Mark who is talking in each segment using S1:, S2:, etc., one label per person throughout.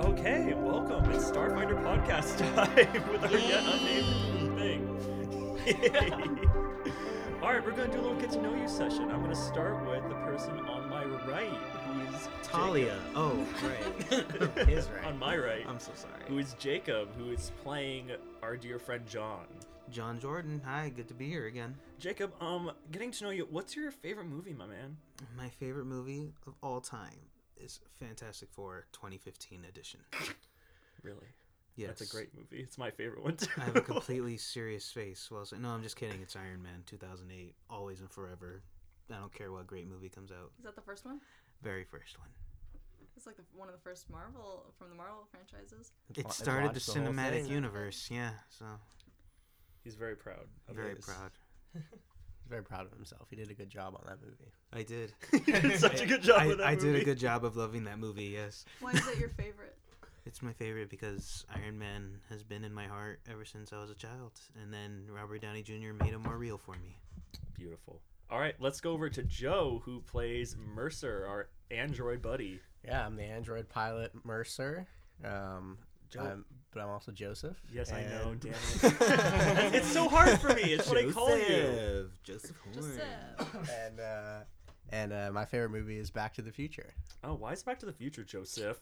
S1: Okay, welcome. It's Starfinder Podcast time with our yet unnamed thing. All right, we're going to do a little get to know you session. I'm going to start with the person on my right, who is
S2: Talia. Oh, right. His
S1: Jacob.
S2: right.
S1: on my right,
S2: I'm so sorry.
S1: who is Jacob, who is playing our dear friend John.
S2: John Jordan. Hi, good to be here again.
S1: Jacob, um, getting to know you. What's your favorite movie, my man?
S2: My favorite movie of all time is Fantastic Four 2015 edition.
S1: Really,
S2: Yes.
S1: that's a great movie. It's my favorite one too.
S2: I have a completely serious face. Well, no, I'm just kidding. It's Iron Man 2008, always and forever. I don't care what great movie comes out.
S3: Is that the first one?
S2: Very first one.
S3: It's like the, one of the first Marvel from the Marvel franchises.
S2: It
S4: I've
S2: started the
S4: watched whole
S2: cinematic
S4: thing.
S2: universe. Yeah, so
S1: He's very proud. of
S2: very
S1: his.
S2: proud.
S4: He's very proud of himself. He did a good job on that movie.
S2: I did.
S1: He did such a good job.
S2: I,
S1: with that
S2: I did a
S1: movie.
S2: good job of loving that movie. Yes.
S3: Why is it your favorite?
S2: It's my favorite because Iron Man has been in my heart ever since I was a child, and then Robert Downey Jr. made him more real for me.
S1: Beautiful. All right, let's go over to Joe, who plays Mercer, our android buddy.
S4: Yeah, I'm the android pilot Mercer. Um,
S1: Joe-
S4: I'm- but I'm also Joseph.
S1: Yes, I know.
S4: and-
S1: Damn it. it's so hard for me. It's what I call you.
S2: Joseph
S3: Just uh,
S4: and uh, and uh, my favorite movie is Back to the Future.
S1: Oh, why is Back to the Future, Joseph?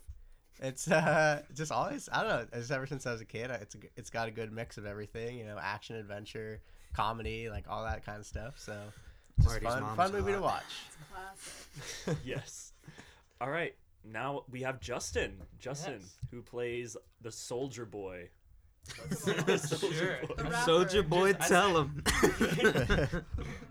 S4: It's uh, just always I don't know. Just ever since I was a kid, I- it's a g- it's got a good mix of everything. You know, action, adventure, comedy, like all that kind of stuff. So, just
S2: Marty's
S4: fun,
S2: mom
S4: fun
S2: is
S4: movie to
S2: hot.
S4: watch.
S3: classic.
S1: Yes. All right. Now we have Justin. Justin,
S4: Yes.
S1: who plays the Soldier Boy.
S5: Sure.
S3: The rapper.
S2: Soldier boy,
S5: Just- I
S2: tell him.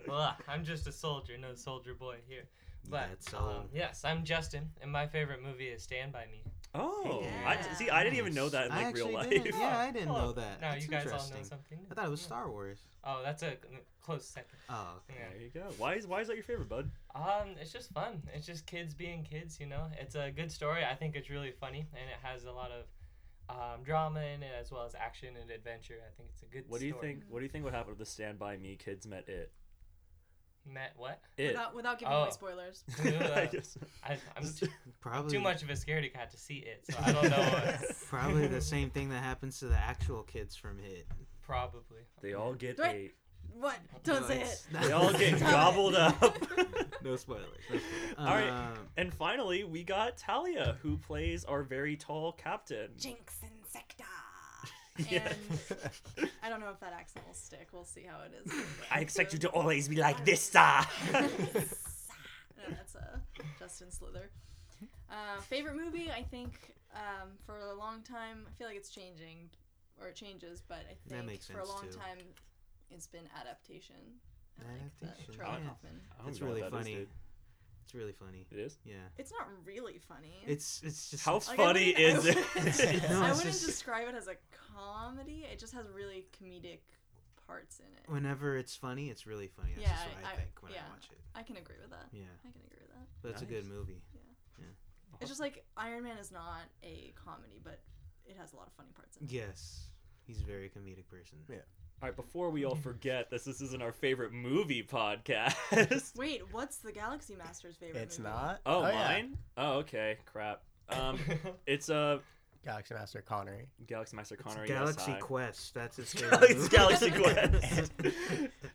S5: Well, I'm just a soldier, no soldier boy here. But
S2: That's all.
S5: um, yes, I'm Justin, and my favorite movie is Stand by Me.
S1: Oh, I,
S3: Yeah.
S1: see, I didn't even know that in
S2: I
S1: like real life.
S2: actually didn't- Yeah, I didn't
S5: Oh,
S2: know that.
S5: Now
S2: That's
S5: you guys all know
S2: interesting.
S5: something.
S2: I
S5: new.
S2: thought it was
S5: Yeah.
S2: Star Wars.
S5: Oh, that's a mm, close second.
S2: Oh, okay.
S5: Yeah.
S1: There you go. Why is why is that your favorite, bud?
S5: Um, it's just fun. It's just kids being kids, you know. It's a good story. I think it's really funny, and it has a lot of um, drama in it as well as action and adventure. I think it's a good.
S1: What do you
S5: story.
S1: think? What do you think would happen if the Stand By Me kids met it?
S5: Met what?
S1: It.
S3: Without, without giving
S5: Oh.
S3: away spoilers.
S1: I guess.
S5: I, I'm too,
S2: probably
S5: too much of a scaredy cat to see it, so I don't know. what-
S2: Probably the same thing that happens to the actual kids from Hit.
S5: Probably.
S1: They all get
S3: Do I-
S1: a.
S3: What? Don't
S2: No,
S3: say it.
S2: it's-
S1: They all get gobbled up.
S2: No spoilers. No spoilers.
S1: All right.
S2: Um,
S1: and finally, we got Talia, who plays our very tall captain.
S3: Jinx Insecta.
S1: Yeah.
S3: And I don't know if that accent will stick. We'll see how it is.
S1: I expect you to always be
S3: Uh,
S1: like this, sir.
S3: No, that's uh, Justin Slither. Uh, favorite movie, I think, um, for a long time, I feel like it's changing, or it changes, but I think
S2: That makes
S3: for a
S2: sense,
S3: long
S2: too.
S3: time, it's been adaptation. I like
S2: Adaptation,
S3: that. Charlie
S1: yeah.
S3: Kaufman.
S2: it's really funny. it's really funny.
S1: it is.
S2: Yeah.
S3: It's not really funny.
S2: It's it's just
S1: How
S2: it's-
S3: Like, I
S1: funny
S3: wouldn't-
S1: is
S3: I
S1: it?
S3: wouldn't-
S2: No,
S3: I
S2: it's
S3: wouldn't
S2: just-
S3: describe it as a comedy. It just has really comedic parts in it.
S2: whenever it's funny, it's really funny. That's
S3: Yeah,
S2: just what I,
S3: I-
S2: think when I
S3: yeah.
S2: watch it.
S3: I can agree with that.
S2: Yeah,
S3: I can agree with that.
S2: but it's a good movie.
S3: It's just like Iron Man is not a comedy, but it has a lot of funny parts in it.
S2: Yes, he's a very comedic person.
S4: Yeah.
S1: all right, before we all forget this, this isn't our favorite movie podcast.
S3: Wait, what's the Galaxy Master's favorite
S4: it's
S3: movie?
S4: not.
S1: oh,
S4: yeah.
S1: mine. Oh, okay. Crap. Um, it's uh,
S4: Galaxy Master Connery.
S1: Galaxy Master Connery.
S2: it's Galaxy
S1: yes, hi.
S2: Quest. That's his favorite.
S1: It's
S2: movie.
S1: Galaxy Quest.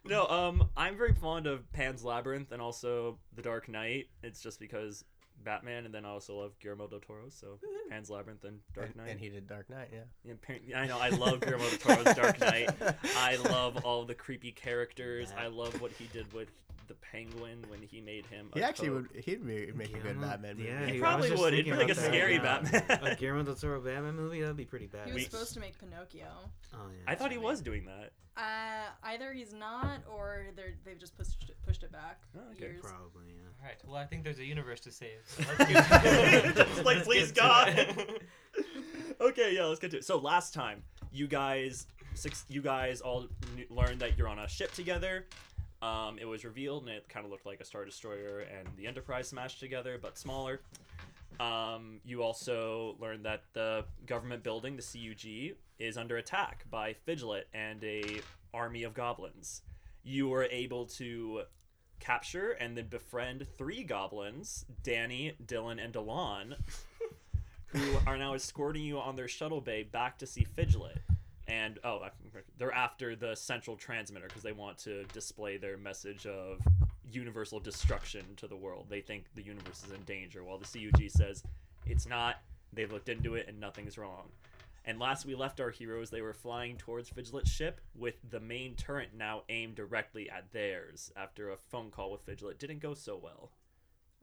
S1: no, um, I'm very fond of Pan's Labyrinth and also The Dark Knight. It's just because Batman, and then I also love Guillermo del Toro. So Pan's Labyrinth and Dark
S4: And-
S1: Knight.
S4: and he did Dark Knight. Yeah.
S1: And apparently- I know I love Guillermo del Toro's Dark Knight. I love all the creepy characters. I love what he did with the Penguin when he made him. A
S4: He actually
S1: coat.
S4: would. He'd be, make a good
S2: Guillermo-
S4: Batman movie.
S2: Yeah,
S1: He
S2: I was
S1: probably
S2: just
S1: would. It'd be
S2: thinking
S1: like a
S2: about that
S1: scary
S2: right now.
S1: Batman.
S2: a Guillermo del Toro Batman movie. That'd be pretty bad.
S3: He was
S1: We-
S3: supposed to make Pinocchio.
S2: Oh yeah.
S1: I thought he
S2: that's
S1: was doing that.
S3: Uh, either he's not, or they're they've just pushed it, pushed it back
S1: Oh, okay.
S2: right.
S3: years.
S2: Probably. Yeah.
S5: All right. Well, I think there's a universe to save. So let's get-
S1: Just like,
S5: let's
S1: please,
S5: get to
S1: God.
S5: it.
S1: okay, yeah, let's get to it. So last time, you guys, six, you guys all kn- learned that you're on a ship together. Um, it was revealed, and it kind of looked like a star destroyer and the Enterprise smashed together, but smaller. Um, you also learned that the government building, the CUG, is under attack by Fidget and a army of goblins. You were able to capture and then befriend three goblins: Danny, Dylan, and Delon who are now escorting you on their shuttle bay back to see Fidget. And oh, I- they're after the central transmitter because they want to display their message of universal destruction to the world. They think the universe is in danger, while the CUG says it's not. They've looked into it and nothing's wrong. And last we left our heroes, they were flying towards Fidget's ship with the main turret now aimed directly at theirs after a phone call with Fidget didn't go so well.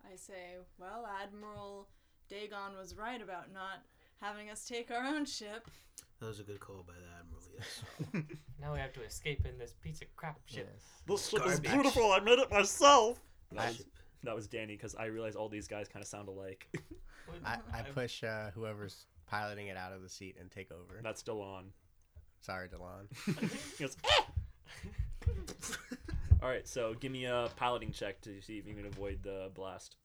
S3: I say, well, Admiral Dagon was right about not having us take our own ship.
S2: That was a good call by the admiral. Yes.
S5: Now we have to escape in this piece of crap ship.
S1: This ship
S2: is Garbage. beautiful,
S1: I made it myself! That
S4: I-
S1: was, that was Danny because I realized all these guys kind of sound alike.
S5: Would-
S4: I, I push uh, whoever's piloting it out of the seat and take over.
S1: That's still on.
S4: Sorry, Delon.
S1: He goes, "Eh!" all right, so give me a piloting check to see if you can avoid the blast.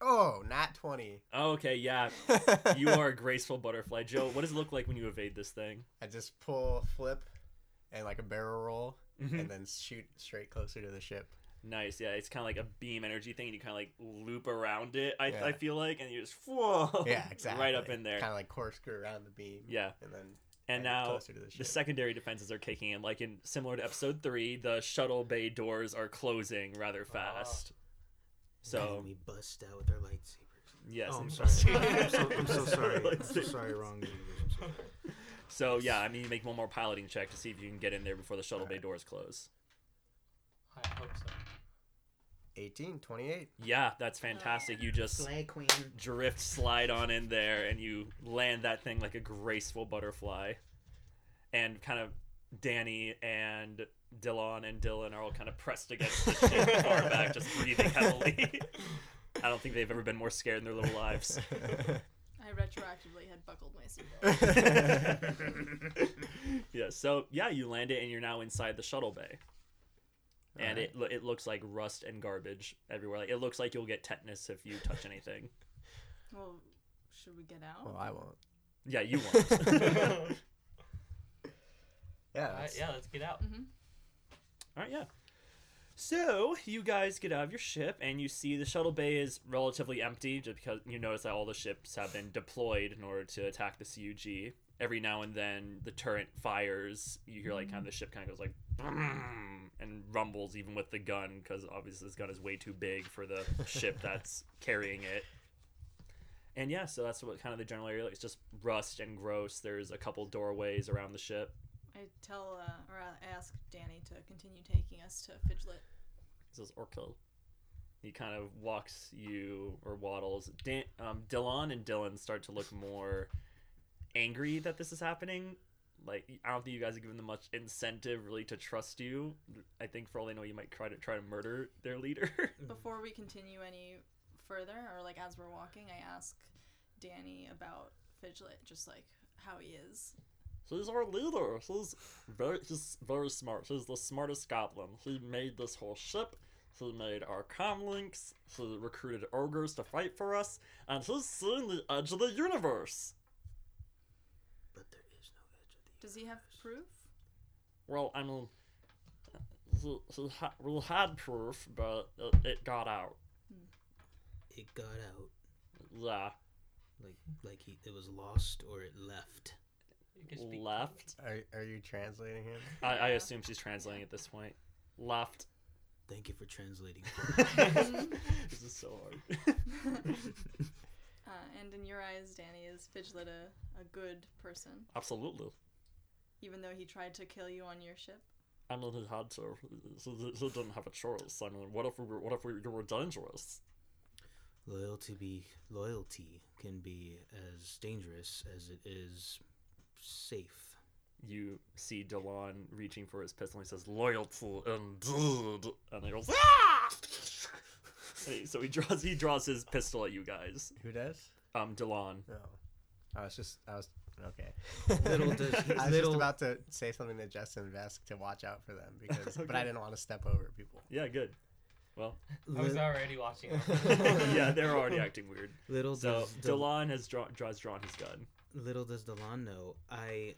S4: Oh, not 20.
S1: Oh, Okay, yeah, you are a graceful butterfly, Joe. What does it look like when you evade this thing?
S4: I just pull, flip, and like a barrel roll,
S1: Mm-hmm.
S4: and then shoot straight closer to the ship.
S1: Nice, yeah. It's kind of like a beam energy thing, and you kind of like loop around it. I,
S4: Yeah.
S1: I feel like, and you just whoa,
S4: Yeah, exactly.
S1: Oh, right up in there.
S4: Kind of like corkscrew around the beam.
S1: Yeah.
S4: And then
S1: and
S4: head
S1: now
S4: closer to the ship.
S1: the secondary defenses are kicking in, like in similar to episode three. The shuttle bay doors are closing rather
S2: Ah.
S1: fast. So
S2: And we bust out with our lightsabers.
S1: yes,
S2: Oh, I'm
S1: and-
S2: sorry. I'm so, I'm so sorry. I'm so sorry. Wrong. universe, I'm so sorry.
S1: so yeah, I mean, you make one more piloting check to see if you can get in there before the shuttle bay doors close.
S5: I hope so.
S4: 18, 28.
S1: Yeah, that's fantastic. You just
S2: Flag queen.
S1: drift slide on in there and you land that thing like a graceful butterfly. And kind of Danny and Dillon and Dylan are all kind of pressed against the ship far back, just breathing heavily. I don't think they've ever been more scared in their little lives.
S3: I retroactively had buckled my seatbelt.
S1: yeah, so yeah, you land it and you're now inside the shuttle bay. And it lo- it looks like rust and garbage everywhere. Like it looks like you'll get tetanus if you touch anything.
S3: Well, should we get out?
S4: well, Oh, I won't.
S1: Yeah, you won't.
S4: Yeah.
S5: All right,
S4: that's-
S5: yeah, let's get out.
S3: mm-hmm.
S1: All right, yeah. So you guys get out of your ship, and you see the shuttle bay is relatively empty, just because you notice that all the ships have been deployed in order to attack the CUG. Every now and then, the turret fires. You hear like kind of the ship kind of goes like "Brum," and rumbles, even with the gun, because obviously this gun is way too big for the ship that's carrying it. And yeah, so that's what kind of the general area. looks. It's just rust and gross. There's a couple doorways around the ship.
S3: I tell uh, or I ask Danny to continue taking us to Fidget.
S1: He says, Orko. He kind of walks you or waddles. Dan- um, Dylan and Dylan start to look more angry that this is happening. Like I don't think you guys are giving them much incentive really to trust you. I think for all they know, you might try to try to murder their leader.
S3: Before we continue any further, or like as we're walking, I ask Danny about Fidget, just like how he is.
S1: He's our leader. He's very he's very smart. He's the smartest goblin. He made this whole ship. He made our comlinks. He recruited ogres to fight for us, and he's seeing the edge of the universe.
S2: But there is no edge of the.
S3: Does he have proof?
S1: Well, I mean, he, he ha- we had proof, but it, it got out.
S2: It got out
S1: Yeah,
S2: like like he it was lost or it left.
S5: You can speak.
S1: left.
S4: Are, are you translating him?
S1: I, I
S3: Yeah.
S1: assume she's translating at this point. Left.
S2: Thank you for translating.
S1: this is so hard.
S3: Uh, and in your eyes, Danny is Fidget a, a good person,
S1: Absolutely.
S3: even though he tried to kill you on your ship.
S1: I mean, he had to. He, he- he didn't have a choice. I mean, what if we were, what if we, you were dangerous?
S2: loyalty be loyalty can be as dangerous as it is safe.
S1: You see Delon reaching for his pistol. and He says, "Loyalty indeed," and he goes, "Ah!" And he- so he draws he draws his pistol at you guys.
S4: Who does?
S1: Um, Delon.
S4: No. I was just, I was, okay.
S2: Little does he-
S4: I was
S2: little-
S4: just about to say something to Justin Vesk to watch out for them because, but I
S1: Okay.
S4: didn't want to step over people.
S1: Yeah, good. Well,
S5: I was already watching. out.
S1: yeah, they're already acting weird.
S2: Little
S1: So
S2: does Del-
S1: Delon has drawn, draws drawn his gun.
S2: little does Delon know I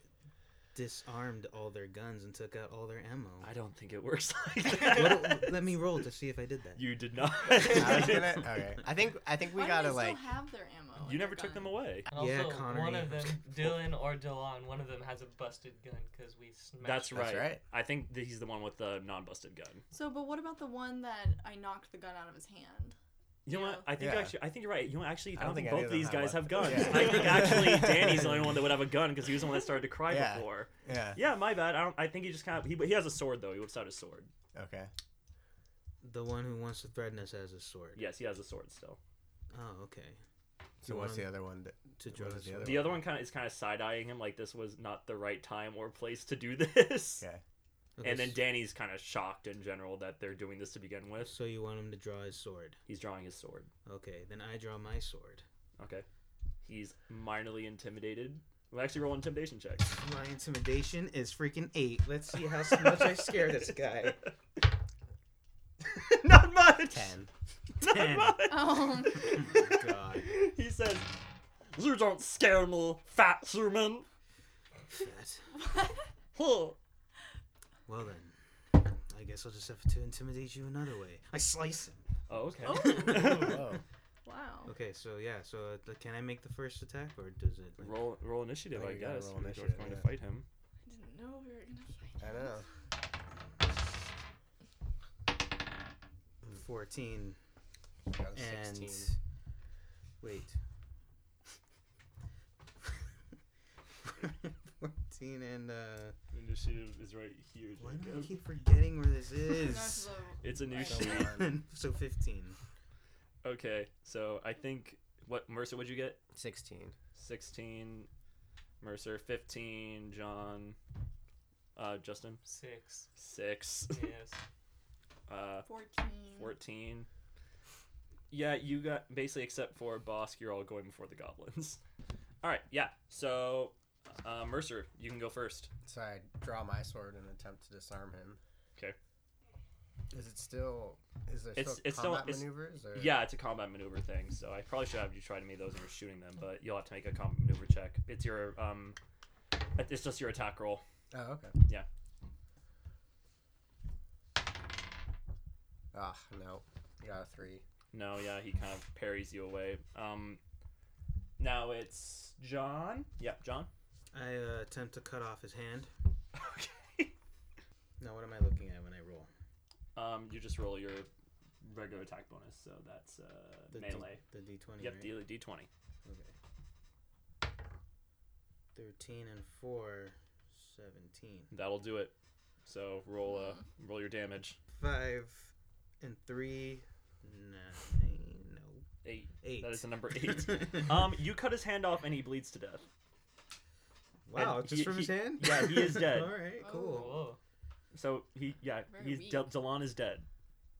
S2: disarmed all their guns and took out all their ammo.
S1: I don't think it works like
S2: What,
S1: that.
S2: let me roll to see if I did that.
S1: you did not.
S4: I was gonna. Okay. I think I think we
S3: Why
S4: gotta
S3: do they
S4: like.
S3: Still have their ammo. and
S1: You
S3: their
S1: never took them
S3: gun?
S1: away.
S5: And
S2: Yeah,
S5: also,
S2: Connery.
S5: one of them, Dylan or Dylan, one of them has a busted gun because we smashed.
S1: That's
S5: it.
S1: right.
S4: That's right.
S1: I think that he's the one with the non-busted gun.
S3: So, but what about the one that I knocked the gun out of his hand?
S1: You know
S3: Yeah.
S1: what? I think
S4: Yeah.
S1: actually, I think you're right. You know, actually, I don't, think,
S4: any
S1: both
S4: of
S1: of
S4: them
S1: these
S4: have
S1: guys have guns.
S4: weapons. Yeah.
S1: I think actually Danny's the only one that would have a gun because he was the one that started to cry
S4: Yeah.
S1: before.
S4: Yeah.
S1: Yeah, my bad. I don't. I think he just kind of. He, he has a sword though. He whips out his sword.
S4: Okay.
S2: The one who wants to threaten us has a sword.
S1: Yes, he has a sword still.
S2: Oh, okay.
S4: So
S2: You
S4: what's
S2: wanna-
S4: the other one? that-
S2: To
S4: What
S2: draw
S4: was
S2: the
S4: the other
S2: sword.
S1: The other one kind of is kind of side eyeing him like this was not the right time or place to do this.
S4: Okay.
S2: Okay,
S1: And then
S2: s-
S1: Danny's kind of shocked in general that they're doing this to begin with.
S2: So you want him to draw his sword.
S1: He's drawing his sword.
S2: Okay, then I draw my sword.
S1: Okay. He's minorly intimidated. Well, actually, roll an intimidation check.
S2: My intimidation is freaking eight. Let's see how s- much I scare this guy.
S1: Not much.
S4: Ten.
S1: Not
S2: Ten.
S1: much.
S3: Oh,
S2: God.
S1: He says, "You don't scare me, fat human."
S2: Shit.
S1: Huh.
S2: Well then, I guess I'll just have to intimidate you another way. I slice him.
S1: Oh, okay.
S4: Whoa. Oh.
S3: wow.
S2: Okay, so yeah, so uh, th- can I make the first attack or does it? like-
S1: roll, roll initiative,
S4: Oh,
S1: I
S4: you gotta
S1: guess.
S4: roll
S1: if you're
S4: initiative,
S1: going to
S4: yeah.
S1: fight him.
S3: I didn't know we were gonna fight.
S4: I know.
S2: Fourteen
S4: Got a
S2: and
S4: 16.
S2: wait. Fourteen and uh.
S1: Initiative is right here.
S2: Why do I keep forgetting where this is?
S1: It's a new
S3: Right.
S1: sheet.
S4: Don't worry.
S2: so fifteen.
S1: Okay, so I think what Mercer would you get?
S4: Sixteen.
S1: Sixteen, Mercer fifteen, John, uh, Justin
S5: Six.
S1: six,
S5: Yes.
S1: uh,
S3: Fourteen.
S1: fourteen. Yeah, you got basically except for Bosk, you're all going before the goblins. All right, yeah. So uh, Mercer, you can go first.
S4: So I draw my sword and attempt to disarm him.
S1: 'Kay.
S4: Is it still? Is there
S1: It's-
S4: still
S1: it's still-
S4: combat
S1: it's-
S4: maneuvers? Or?
S1: Yeah, it's a combat maneuver thing. So I probably should have you try to me those when you're shooting them, but you'll have to make a combat maneuver check. It's your um, it's just your attack roll.
S4: Oh, okay.
S1: Yeah.
S4: Ah, no. I got a three.
S1: No, yeah, he kind of parries you away. Um, now it's John. Yep, John.
S2: I uh, attempt to cut off his hand.
S1: Okay.
S2: Now what am I looking at when I roll?
S1: Um, you just roll your regular attack bonus, so that's uh,
S2: The D-
S1: melee.
S2: the D twenty.
S1: yep, D D twenty.
S2: Okay. Thirteen and four. Seventeen.
S1: That'll do it. So roll uh roll your damage.
S2: Five and three. Nine. No.
S1: Eight.
S2: Eight.
S1: That is the number eight. um, you cut his hand off and he bleeds to death.
S2: wow,
S1: and
S2: just
S1: he-
S2: from his
S1: he-
S2: hand?
S1: yeah, he is dead.
S2: All right,
S3: Oh.
S2: cool.
S5: Whoa.
S1: So he yeah
S3: Very
S1: he's
S3: weak.
S1: Del- Delon is dead.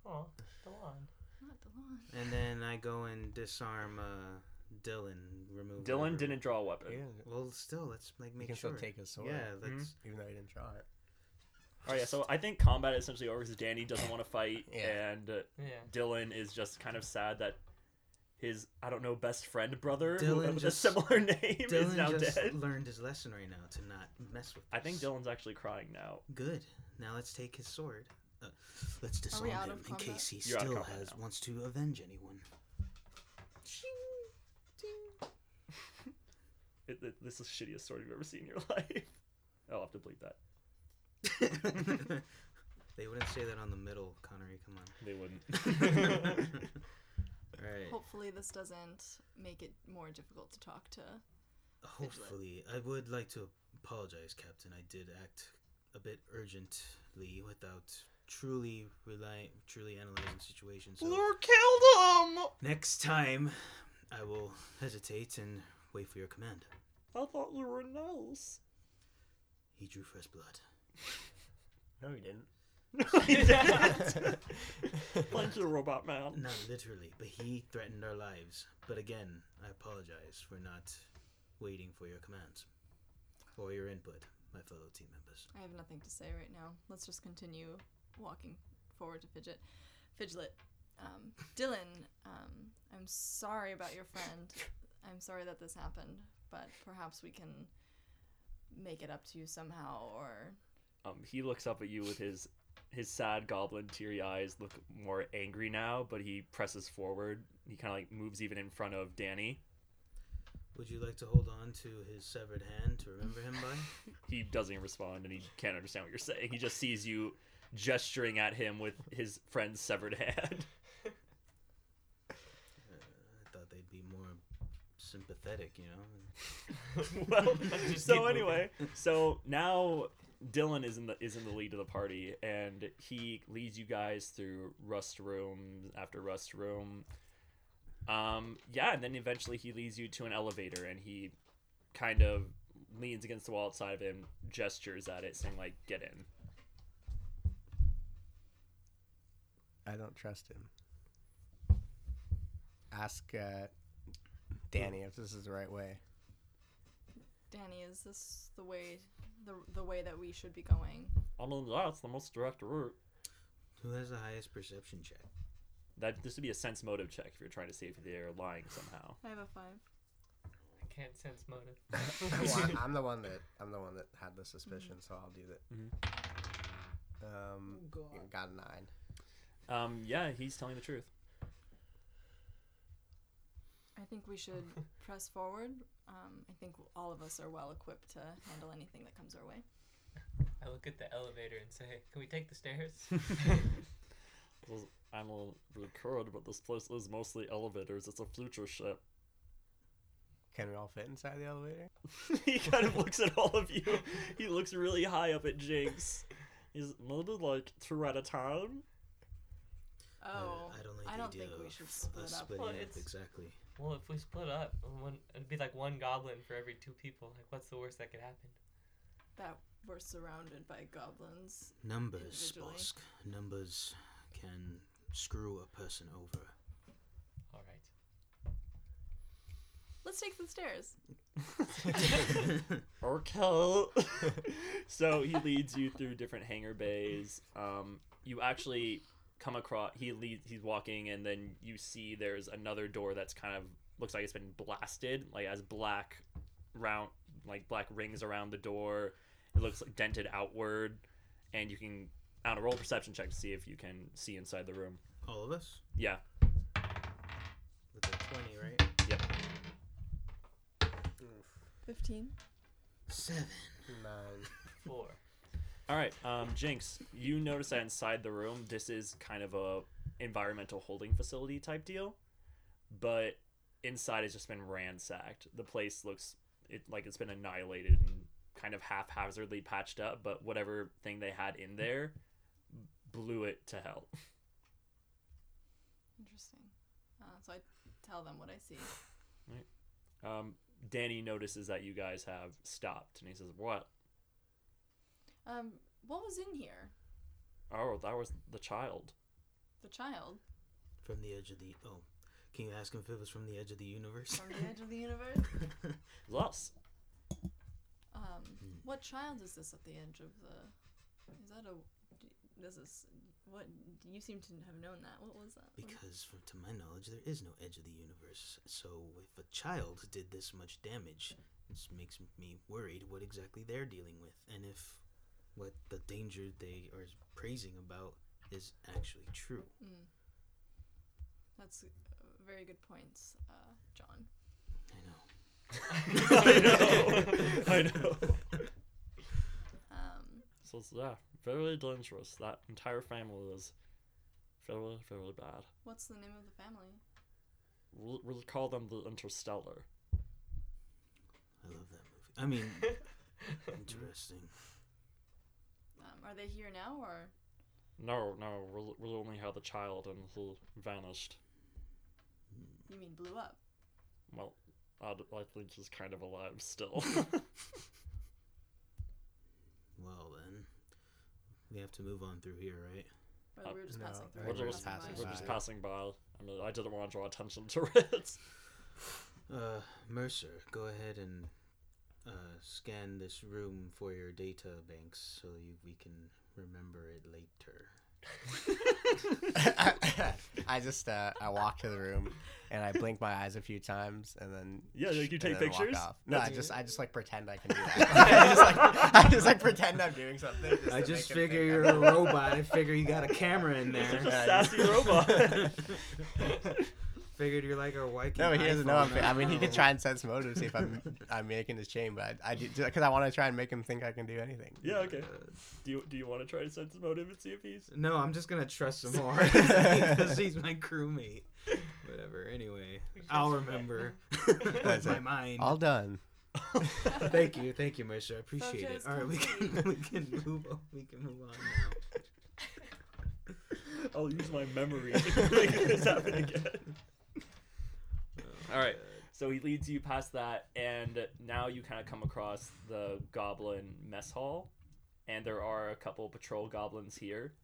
S5: Oh, Dylan.
S3: Not the one.
S2: And then I go and disarm uh, Dylan. Remove.
S1: Dylan
S2: whatever-
S1: didn't draw a weapon.
S4: You,
S2: Well, still, let's like make
S4: can
S2: sure.
S4: still take his sword.
S2: yeah,
S1: Hmm?
S2: let's.
S4: Even though he didn't draw it.
S1: Oh yeah, so I think combat is essentially over because Danny doesn't want to fight
S4: Yeah.
S1: and. Uh,
S5: Yeah.
S1: Dylan is just kind of sad that his I don't know best friend brother who
S2: Dylan
S1: with
S2: just-
S1: a similar name is now
S2: Dylan just
S1: dead.
S2: learned his lesson right now to not mess with.
S1: I think
S2: this.
S1: Dylan's actually crying now.
S2: Good. Now let's take his sword. Uh, let's disarm
S3: out
S2: him
S3: of
S2: in
S3: combat?
S2: case he
S1: You're out of
S2: still
S1: combat
S2: has
S1: now.
S2: wants to avenge anyone.
S1: It, it- this is the shittiest sword you've ever seen in your life. I'll have to bleep that.
S2: they wouldn't say that on the middle, Connery. Come
S1: They wouldn't.
S2: on. All right.
S3: Hopefully, this doesn't make it more difficult to talk to.
S2: Hopefully, I would like to apologize, Captain. I did act a bit urgently without truly relying, truly analyzing the situation. So
S1: killed him.
S2: next time, I will hesitate and wait for your command.
S1: I thought you were nice.
S2: He drew first blood.
S4: No, he didn't.
S1: Thank you, robot man.
S2: Not literally, but he threatened our lives. But again, I apologize for not waiting for your commands or your input, my fellow team members.
S3: I have nothing to say right now. Let's just continue walking forward to Fidget. Fidget. Um, Dylan, um, I'm sorry about your friend. I'm sorry that this happened, but perhaps we can make it up to you somehow or
S1: Um, he looks up at you with his his sad goblin teary eyes look more angry now, but he presses forward. He kind of like moves even in front of Danny.
S2: Would you like to hold on to his severed hand to remember him by?
S1: He doesn't respond and he can't understand what you're saying. He just sees you gesturing at him with his friend's severed hand.
S2: Uh, I thought they'd be more sympathetic, you know.
S1: well,
S5: Just keep
S1: so
S5: moving.
S1: anyway, so now Dylan is in the is in the lead of the party, and he leads you guys through rust room after rust room. Um, yeah, and then eventually he leads you to an elevator, and he kind of leans against the wall outside of him, gestures at it, saying like, "Get in."
S4: I don't trust him. Ask uh, Danny if this is the right way.
S3: Danny, is this the way the the way that we should be going?
S1: Oh no, that's the most direct route.
S2: Who has the highest perception check?
S1: That this would be a sense motive check if you're trying to see if they're lying somehow.
S3: I have a five.
S5: I can't sense motive.
S4: Well, I- I'm the one that I'm the one that had the suspicion, so I'll do that.
S1: Mm-hmm.
S3: Oh,
S4: Um, got a nine.
S1: Um, yeah, he's telling the truth.
S3: I think we should press forward. Um, I think all of us are well equipped to handle anything that comes our way.
S5: I look at the elevator and say, "Can we take the stairs?"
S1: Well, I'm a little curd, but this place is mostly elevators. It's a future ship.
S4: Can we all fit inside the elevator?
S1: he kind of looks at all of you. He looks really high up at Jinx. He's maybe like two at a time.
S3: Oh,
S2: I don't like
S3: I
S2: the
S3: don't
S2: idea
S3: think we
S2: of
S3: should split
S2: us
S3: up.
S2: splitting
S5: Well,
S2: up,
S5: it's-
S2: exactly.
S5: well, if we split up, one it'd be like one goblin for every two people. Like, what's the worst that could happen?
S3: that we're surrounded by goblins.
S2: Numbers,
S3: Individually.
S2: Bosk. Numbers can screw a person over.
S5: All right.
S3: Let's take the stairs.
S1: Okay. so he leads you through different hangar bays. Um, you actually come across. He leads. He's walking, and then you see there's another door that's kind of looks like it's been blasted. Like as black round, like black rings around the door. It looks like dented outward, and you can. I don't know, roll a perception check to see if you can see inside the room.
S2: All of us?
S1: Yeah,
S2: With a 20, right?
S3: Fifteen.
S2: Seven.
S4: Nine.
S5: Four.
S1: All right, um, Jinx, you notice that inside the room, this is kind of a environmental holding facility type deal, but inside has just been ransacked. The place looks it like it's been annihilated and kind of haphazardly patched up, but whatever thing they had in there blew it to hell.
S3: Interesting. Uh, so I tell them what I see.
S1: Um, Danny notices that you guys have stopped, and he says, "What?
S3: Um, what was in here?
S1: Oh, that was the child."
S3: The child
S2: From the edge of the. Oh. Can you ask him if it was from the edge of the universe?
S3: from the edge of the universe.
S1: Thus,
S3: Um,
S2: Hmm.
S3: what child is this at the edge of the? Is that a? d- This is what you seem to have known that. What was that? What-
S2: Because, from, to my knowledge, there is no edge of the universe. So, if a child did this much damage, this makes me worried what exactly they're dealing with, and if what the danger they are praising about is actually true.
S3: Mm. That's uh, very good points, uh, John.
S2: I know.
S1: I know, I know.
S3: Um,
S1: So it's, yeah, very dangerous. That entire family is very, very bad.
S3: what's the name of the family?
S1: We'll, we'll call them the Interstellar.
S2: I love that movie. I mean, interesting.
S3: Um, are they here now or?
S1: No, no, we'll, we'll only had the child and he vanished.
S3: You mean blew up?
S1: Well, I, d- I think he's kind of alive still.
S2: Well, then, we have to move on through here, right?
S3: Or we were just
S4: no,
S3: passing
S4: I
S3: through.
S1: we're
S4: think we're
S1: just
S4: just passing
S1: we're
S3: by.
S1: just
S4: by.
S1: passing by. I mean, I didn't want to draw attention to it.
S2: Uh, Mercer, go ahead and uh, scan this room for your data banks so you, we can remember it later.
S4: I just uh, I walk to the room and I blink my eyes a few times and then
S1: Yeah, like you
S4: and
S1: take
S4: then walk
S1: pictures?
S4: off. No, I
S1: That's-
S4: just I just like pretend I can do that. I, just, like, I just like pretend I'm doing something. Just
S2: I
S4: to
S2: just
S4: make him
S2: figure
S4: think
S2: you're
S4: I'm-
S2: a robot. I figure you got a camera in
S1: You're
S2: there.
S1: such a sassy robot.
S2: Figured you're like a white.
S4: No,
S2: kid
S4: he doesn't know. I'm,
S2: iPhone
S4: fa- I mean, he could
S2: iPhone.
S4: try and sense motives if I'm I'm making his chain, but I, I do because I want to try and make him think I can do anything.
S1: yeah, okay.
S2: Uh,
S1: Do you do you want to try to sense his motive and see if he's
S2: No, I'm just gonna trust him more because he's my crewmate. Whatever. Anyway, I'll remember with
S4: That's
S2: my
S4: it.
S2: mind.
S4: All done.
S2: Thank you, thank you, Marsha. I appreciate it.
S3: Subject's
S2: All right, we can
S3: complete.
S2: we can move on. We can move on now.
S1: I'll use my memory to make this happen again. All
S2: Uh,
S1: right. So he leads you past that, and now you kind of come across the goblin mess hall, and there are a couple patrol goblins here,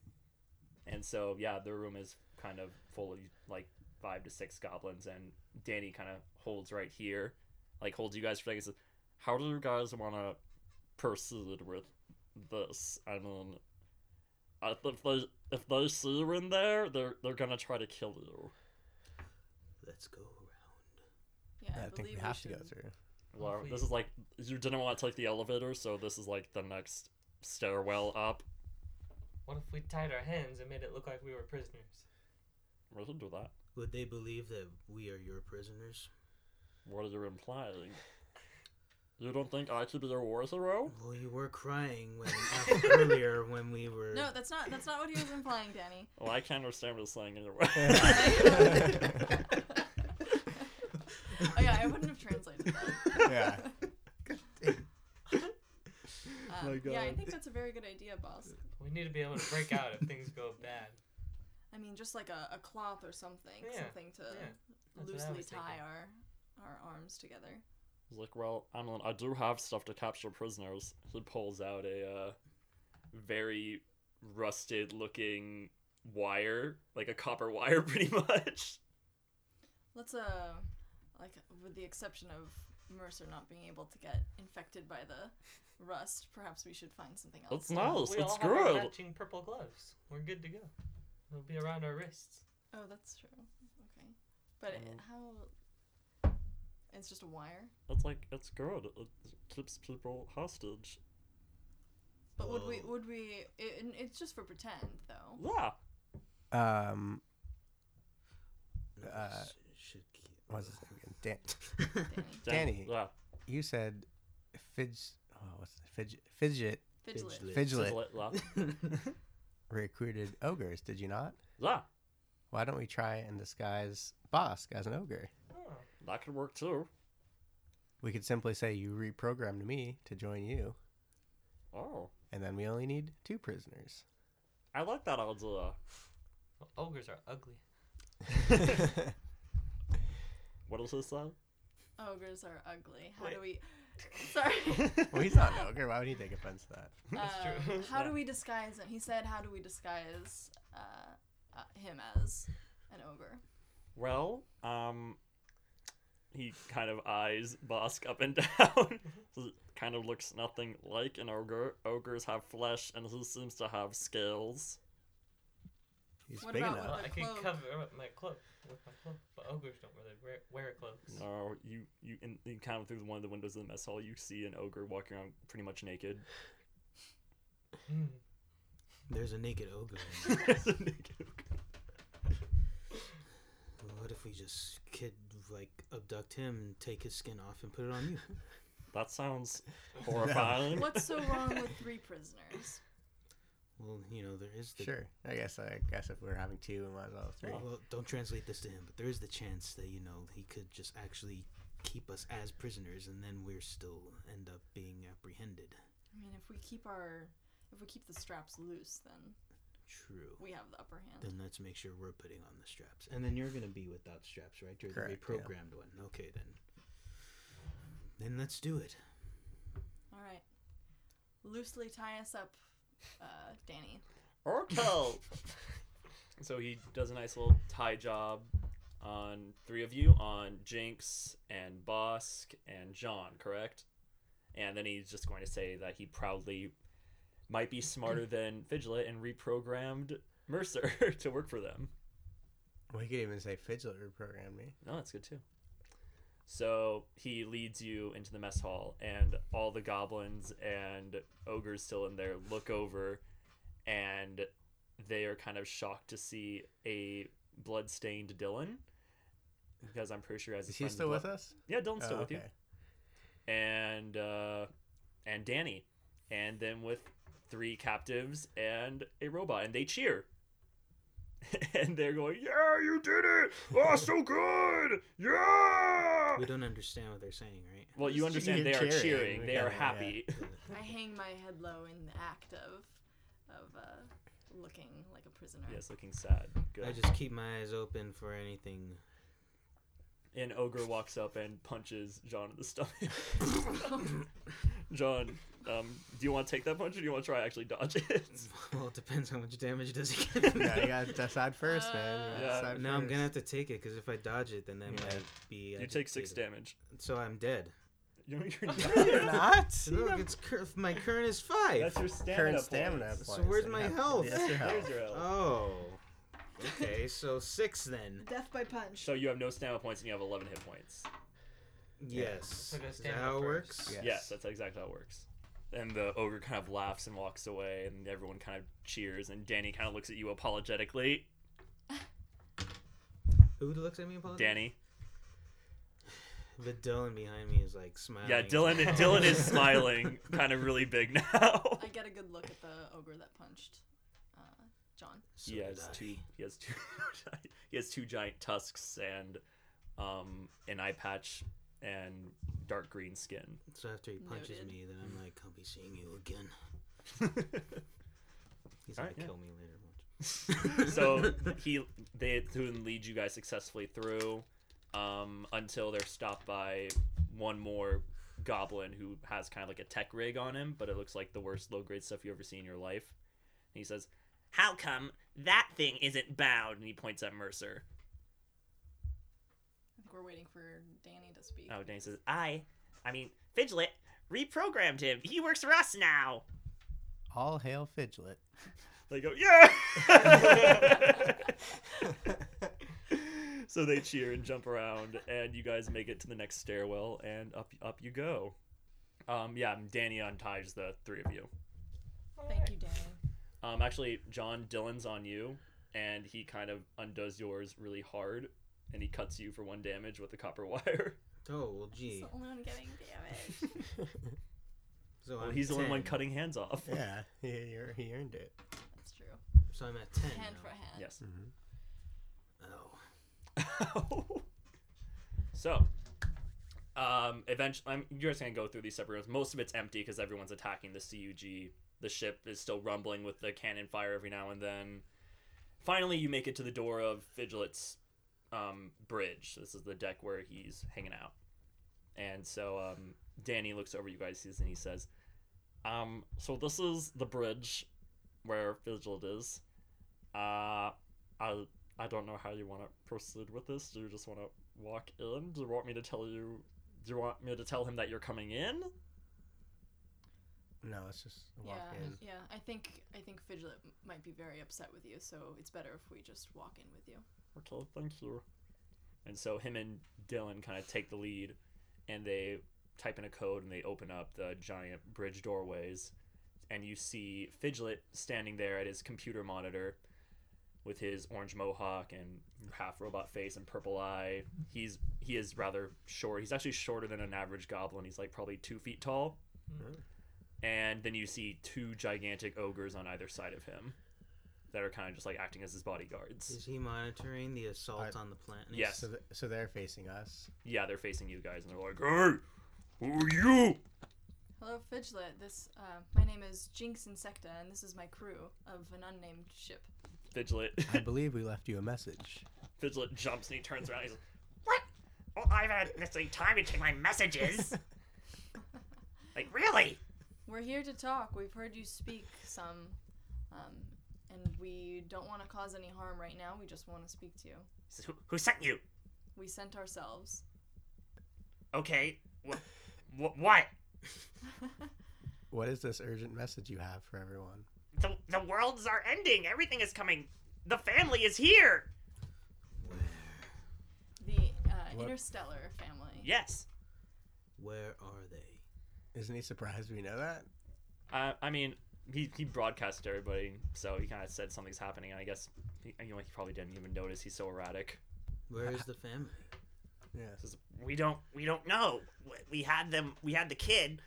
S1: and so yeah, the room is kind of full of like five to six goblins, and Danny kind of holds right here, like holds you guys for like and says, "How do you guys want to proceed with this? I mean, I- if they if they see you in there, they're they're gonna try to kill you."
S2: Let's go around.
S3: Yeah,
S4: I, think
S3: believe
S4: we have to go
S3: should-
S4: through.
S1: Well,
S5: Hopefully-
S1: this is like you didn't want to take the elevator, so this is like the next stairwell up.
S5: What if we tied our hands and made it look like we were prisoners?
S1: We can do that.
S2: Would they believe that we are your prisoners?
S1: What are you implying? You don't think I could be your war hero?
S2: Well, you were crying when after- earlier when we were.
S3: No, that's not that's not what he was implying, Danny.
S1: Well, I can't understand what he's saying anyway.
S3: Oh yeah, I wouldn't have translated that.
S4: Yeah.
S3: Um, yeah, I think that's a very good idea, boss.
S5: We need to be able to break out if things go bad.
S3: I mean, just like a, a cloth or something,
S5: Yeah,
S3: something to
S5: yeah, what I
S3: loosely
S5: was thinking.
S3: tie our our arms together.
S1: He's like, well, I mean, I do have stuff to capture prisoners. He pulls out a uh, very rusted-looking wire, like a copper wire, pretty much.
S3: Let's uh, like with the exception of Mercer not being able to get infected by the rust, perhaps we should find something else.
S1: That's nice.
S5: we
S1: It's
S5: all have our
S1: good.
S5: matching purple gloves. We're good to go. They'll be around our wrists.
S3: Oh, that's true. Okay, but it, how? It's just a wire.
S1: It's like it's good. It keeps people hostage.
S3: But would we?
S2: Well-
S3: Would we? It, and it's just for pretend, though.
S1: Yeah.
S4: Um,
S2: No, we
S4: Uh,
S2: sh- should keep.
S4: what was his name again? Dan-
S3: Danny.
S4: Danny.
S1: Yeah.
S4: you said fidget. Oh, what's it? fidget? Fidget.
S3: Fidget.
S2: Fidget.
S4: Fidget
S1: Sizzle it, yeah.
S4: recruited ogres. Did you not?
S1: Yeah,
S4: Why don't we try and disguise Bosk as an ogre?
S5: Oh,
S1: that could work too.
S4: We could simply say you reprogrammed me to join you,
S1: Oh,
S4: and then we only need two prisoners.
S1: I like that idea.
S5: well, ogres are ugly.
S1: What does this say?
S3: Ogres are ugly. How do we? Sorry.
S4: well, he's not an ogre. Why would he take offense to that?
S5: That's
S3: Um,
S5: true.
S3: How do
S5: Yeah.
S3: we disguise him? He said, "How do we disguise uh, uh, him as an ogre?"
S1: Well, um, he kind of eyes Bosk up and down. He kind of looks nothing like an ogre. Ogres have flesh, and he seems to have scales.
S4: He's
S3: What
S4: big
S3: about
S5: Well,
S4: enough.
S3: with
S5: I
S3: a
S5: can
S3: cloak.
S5: cover up my cloak with my cloak, but ogres don't really wear, wear cloaks.
S1: No, you you and you kind of through one of the windows of the mess hall, you see an ogre walking around pretty much naked.
S5: Mm.
S2: There's a naked ogre. in there.
S1: It's a naked ogre.
S2: Well, what if we just kid like abduct him and take his skin off and put it on you?
S1: that sounds horrifying.
S3: What's so wrong with three prisoners?
S2: Well, you know there is the
S4: Sure. Oh. I guess. I guess if we're having two, we might as well three.
S2: Well, don't translate this to him, but there is the chance that you know he could just actually keep us as prisoners, and then we're still end up being apprehended.
S3: I mean, if we keep our if we keep the straps loose, then
S2: True.
S3: we have the upper hand.
S2: Then let's make sure we're putting on the straps, and then you're gonna be without straps, right? You're
S4: Correct,
S2: the
S4: yeah.
S2: reprogrammed one. Okay, then. Then let's do it.
S3: All right. Loosely tie us up, uh, Danny.
S1: Orco. so he does a nice little tie job on three of you on Jinx and Bosk and John, correct? And then he's just going to say that he proudly might be smarter than Fidget and reprogrammed Mercer to work for them.
S4: Well, you could even say fidget reprogrammed me.
S1: No, that's good too. So he leads you into the mess hall, and all the goblins and ogres still in there look over, and they are kind of shocked to see a blood-stained Dylan, because I'm pretty sure as
S4: Is he still with us?
S1: Yeah, Dylan's still
S4: Oh,
S1: with you, and uh, and Danny, and then with three captives and a robot, and they cheer. and they're going, "Yeah, you did it! Oh, so good! Yeah!"
S2: We don't understand what they're saying, right?
S1: Well, you
S4: You're
S1: understand they are
S4: cheering.
S1: cheering. They are
S4: Yeah, yeah.
S1: happy.
S3: I hang my head low in the act of, of uh, looking like a prisoner.
S1: yes, looking sad. Good.
S2: I just keep my eyes open for anything.
S1: And ogre walks up and punches John in the stomach. John, um, do you want to take that punch or do you want to try actually dodge it?
S2: Well, it depends how much damage does he get.
S4: Yeah, you gotta decide first, man. You gotta
S1: Yeah.
S4: decide
S2: No, I'm
S4: first.
S2: gonna have to take it because if I dodge it, then that
S4: Yeah.
S2: might be.
S1: you take six
S2: agitated.
S1: damage.
S2: So I'm dead.
S1: You know you're
S4: No,
S1: not.
S4: you're not. You
S2: Look,
S4: have
S2: it's cur- my current is five.
S1: That's your stamina.
S4: current
S1: points.
S4: stamina.
S2: So
S4: points.
S2: where's
S4: You
S2: my
S4: have-
S2: health?
S4: Yes, your
S1: There's
S4: health.
S1: your health.
S2: Oh. Okay, so six then.
S3: Death by punch.
S1: So you have no stamina points and you have 11 hit points.
S2: Yes.
S5: So the
S2: Is that
S5: stamina
S2: how it
S5: first.
S2: works?
S4: Yeah.
S1: Yes,
S4: Yes.
S1: that's exactly how it works. And the ogre kind of laughs and walks away, and everyone kind of cheers, and Danny kind of looks at you apologetically.
S2: Who looks at me and apologizes?
S1: Danny.
S2: But Dylan behind me is like smiling.
S1: Yeah, Dylan. Dylan is smiling, kind of really big now.
S3: I get a good look at the ogre that punched uh, John.
S2: So
S1: He
S2: did
S1: has
S2: I.
S1: two. He has two. he has two giant tusks and um, an eye patch and dark green skin.
S2: So after he punches
S3: Noted.
S2: me, then I'm like, I'll be seeing you again. He's
S1: All
S2: gonna
S1: right, yeah.
S2: kill me later.
S1: so he they then lead you guys successfully through um, until they're stopped by one more goblin who has kind of like a tech rig on him, but it looks like the worst low grade stuff you ever see in your life. And he says, "How come that thing isn't bound?" And he points at Mercer.
S3: I think we're waiting for Danny to speak.
S1: Oh, Danny says, "I, I mean, Fidget reprogrammed him. He works for us now."
S4: All hail Fidget.
S1: They go, yeah. so they cheer and jump around, and you guys make it to the next stairwell, and up up you go. Um, yeah, Danny unties the three of you.
S3: Thank you, Danny.
S1: Um, actually, John Dylan's on you, and he kind of undoes yours really hard, and he cuts you for one damage with the copper wire.
S2: Oh well,
S3: It's
S2: gee.
S3: the only one getting damage.
S2: So
S1: Well,
S2: I'm
S1: he's the only one
S2: 10.
S1: cutting hands off.
S4: Yeah, he, he ear- he earned it.
S3: That's true.
S2: So I'm at ten.
S3: Hand
S2: now.
S3: for hand.
S1: Yes.
S4: Mm-hmm.
S2: Oh.
S1: so, um, eventually, I'm, you're just gonna go through these separate rooms. Most of it's empty because everyone's attacking the CUG. The ship is still rumbling with the cannon fire every now and then. Finally, you make it to the door of Fidget's um, bridge. This is the deck where he's hanging out. And so um, Danny looks over you guys sees and he says, um, "So this is the bridge where Fidget is. Uh, I I don't know how you want to proceed with this. Do you just want to walk in? Do you want me to tell you? Do you want me to tell him that you're coming in?
S4: No, it's just
S3: Yeah,
S4: walk in.
S3: yeah. I think I think Fidget might be very upset with you, so it's better if we just walk in with you.
S1: Okay, thank you. And so him and Dylan kind of take the lead, and they type in a code and they open up the giant bridge doorways, and you see Fidget standing there at his computer monitor, with his orange mohawk and half robot face and purple eye. He's he is rather short. He's actually shorter than an average goblin. He's like probably two feet tall.
S4: Mhm.
S1: And then you see two gigantic ogres on either side of him, that are kind of just like acting as his bodyguards.
S2: Is he monitoring the assault
S4: I-
S2: on the planet?
S1: Yes.
S4: So, th- so they're facing us.
S1: yeah, they're facing you guys and they're like, hey, who are you?
S3: Hello, Fidget. This uh, my name is Jinx Insecta, and this is my crew of an unnamed ship.
S1: Fidget.
S4: I believe we left you a message.
S1: Fidget jumps and he turns around. He's like,
S6: What? Well, I haven't had necessarily time to check my messages. like, really?
S3: We're here to talk. We've heard you speak some, um, and we don't want to cause any harm right now. We just want to speak to you.
S6: He says, who, who sent you?
S3: We sent ourselves.
S6: Okay. Wh- wh- what?
S4: What is this urgent message you have for everyone?
S6: The, the worlds are ending. Everything is coming The family is here.
S3: The uh,
S4: What?
S3: Interstellar family.
S6: Yes.
S2: Where are they?
S4: Isn't he surprised we know that?
S1: I, Uh, I mean, he, he broadcast to everybody, so he kind of said something's happening. And I guess he, you know, he probably didn't even notice. He's so erratic.
S2: Where is the family?
S4: Yes.
S6: We don't we don't know. We- We had them we had the kid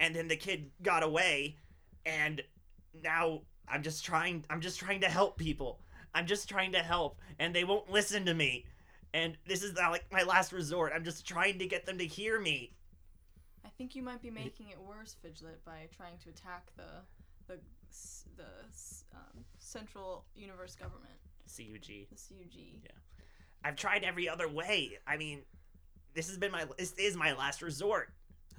S6: and then the kid got away and now I'm just trying I'm just trying to help people. I'm just trying to help and they won't listen to me. And this is not like my last resort. I'm just trying to get them to hear me.
S3: I think you might be making it worse, Fidget, by trying to attack the the s- the s- um, central universe government,
S6: CUG.
S3: the CUG.
S1: Yeah.
S6: I've tried every other way. I mean, this has been my this is my last resort.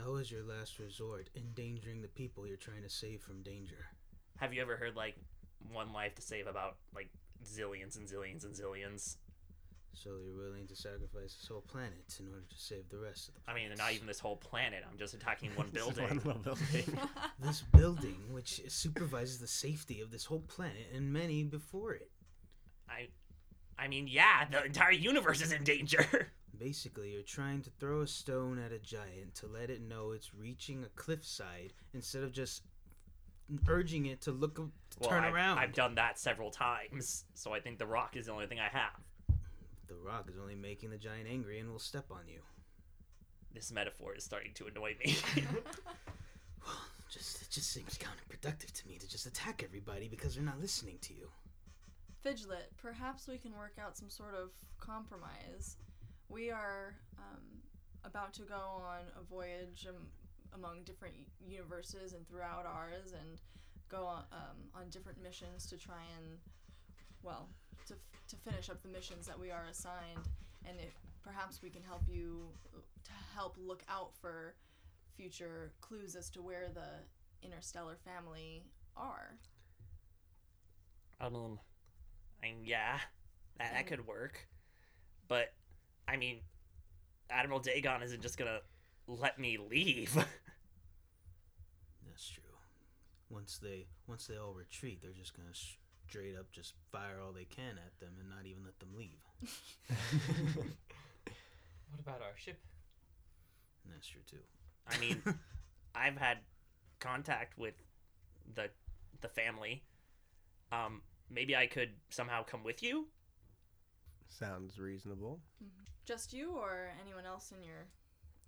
S2: How is your last resort endangering the people you're trying to save from danger?
S1: Have you ever heard like one life to save about like zillions and zillions and zillions?
S2: So you're willing to sacrifice this whole planet in order to save the rest of the
S1: I mean,
S2: planets.
S1: not even this whole planet. I'm just attacking one
S4: This is
S1: building.
S4: One little building.
S2: this building, which supervises the safety of this whole planet and many before it.
S1: I
S6: I mean, yeah, the entire universe is in danger.
S2: Basically, you're trying to throw a stone at a giant to let it know it's reaching a cliffside instead of just urging it to look to
S1: well,
S2: turn
S1: I've,
S2: around.
S1: I've done that several times, so I think the rock is the only thing I have.
S2: The rock is only making the giant angry and will step on you.
S1: This metaphor is starting to annoy me.
S2: Well, just it just seems counterproductive to me to just attack everybody because they're not listening to you.
S3: Fidget, perhaps we can work out some sort of compromise. We are um, about to go on a voyage um, among different u- universes and throughout ours, and go on, um, on different missions to try and, well, to, f- to finish up the missions that we are assigned. And if perhaps we can help you uh, to help look out for future clues as to where the interstellar family are.
S1: I don't.
S6: And yeah, that, that could work. But, I mean, Admiral Dagon isn't just gonna let me leave.
S2: That's true. Once they once they all retreat, they're just gonna straight up just fire all they can at them and not even let them leave.
S5: What about our ship?
S2: And that's true too.
S6: I mean, I've had contact with the the family. Um, maybe I could somehow come with you.
S4: Sounds reasonable.
S3: Just you or anyone else in your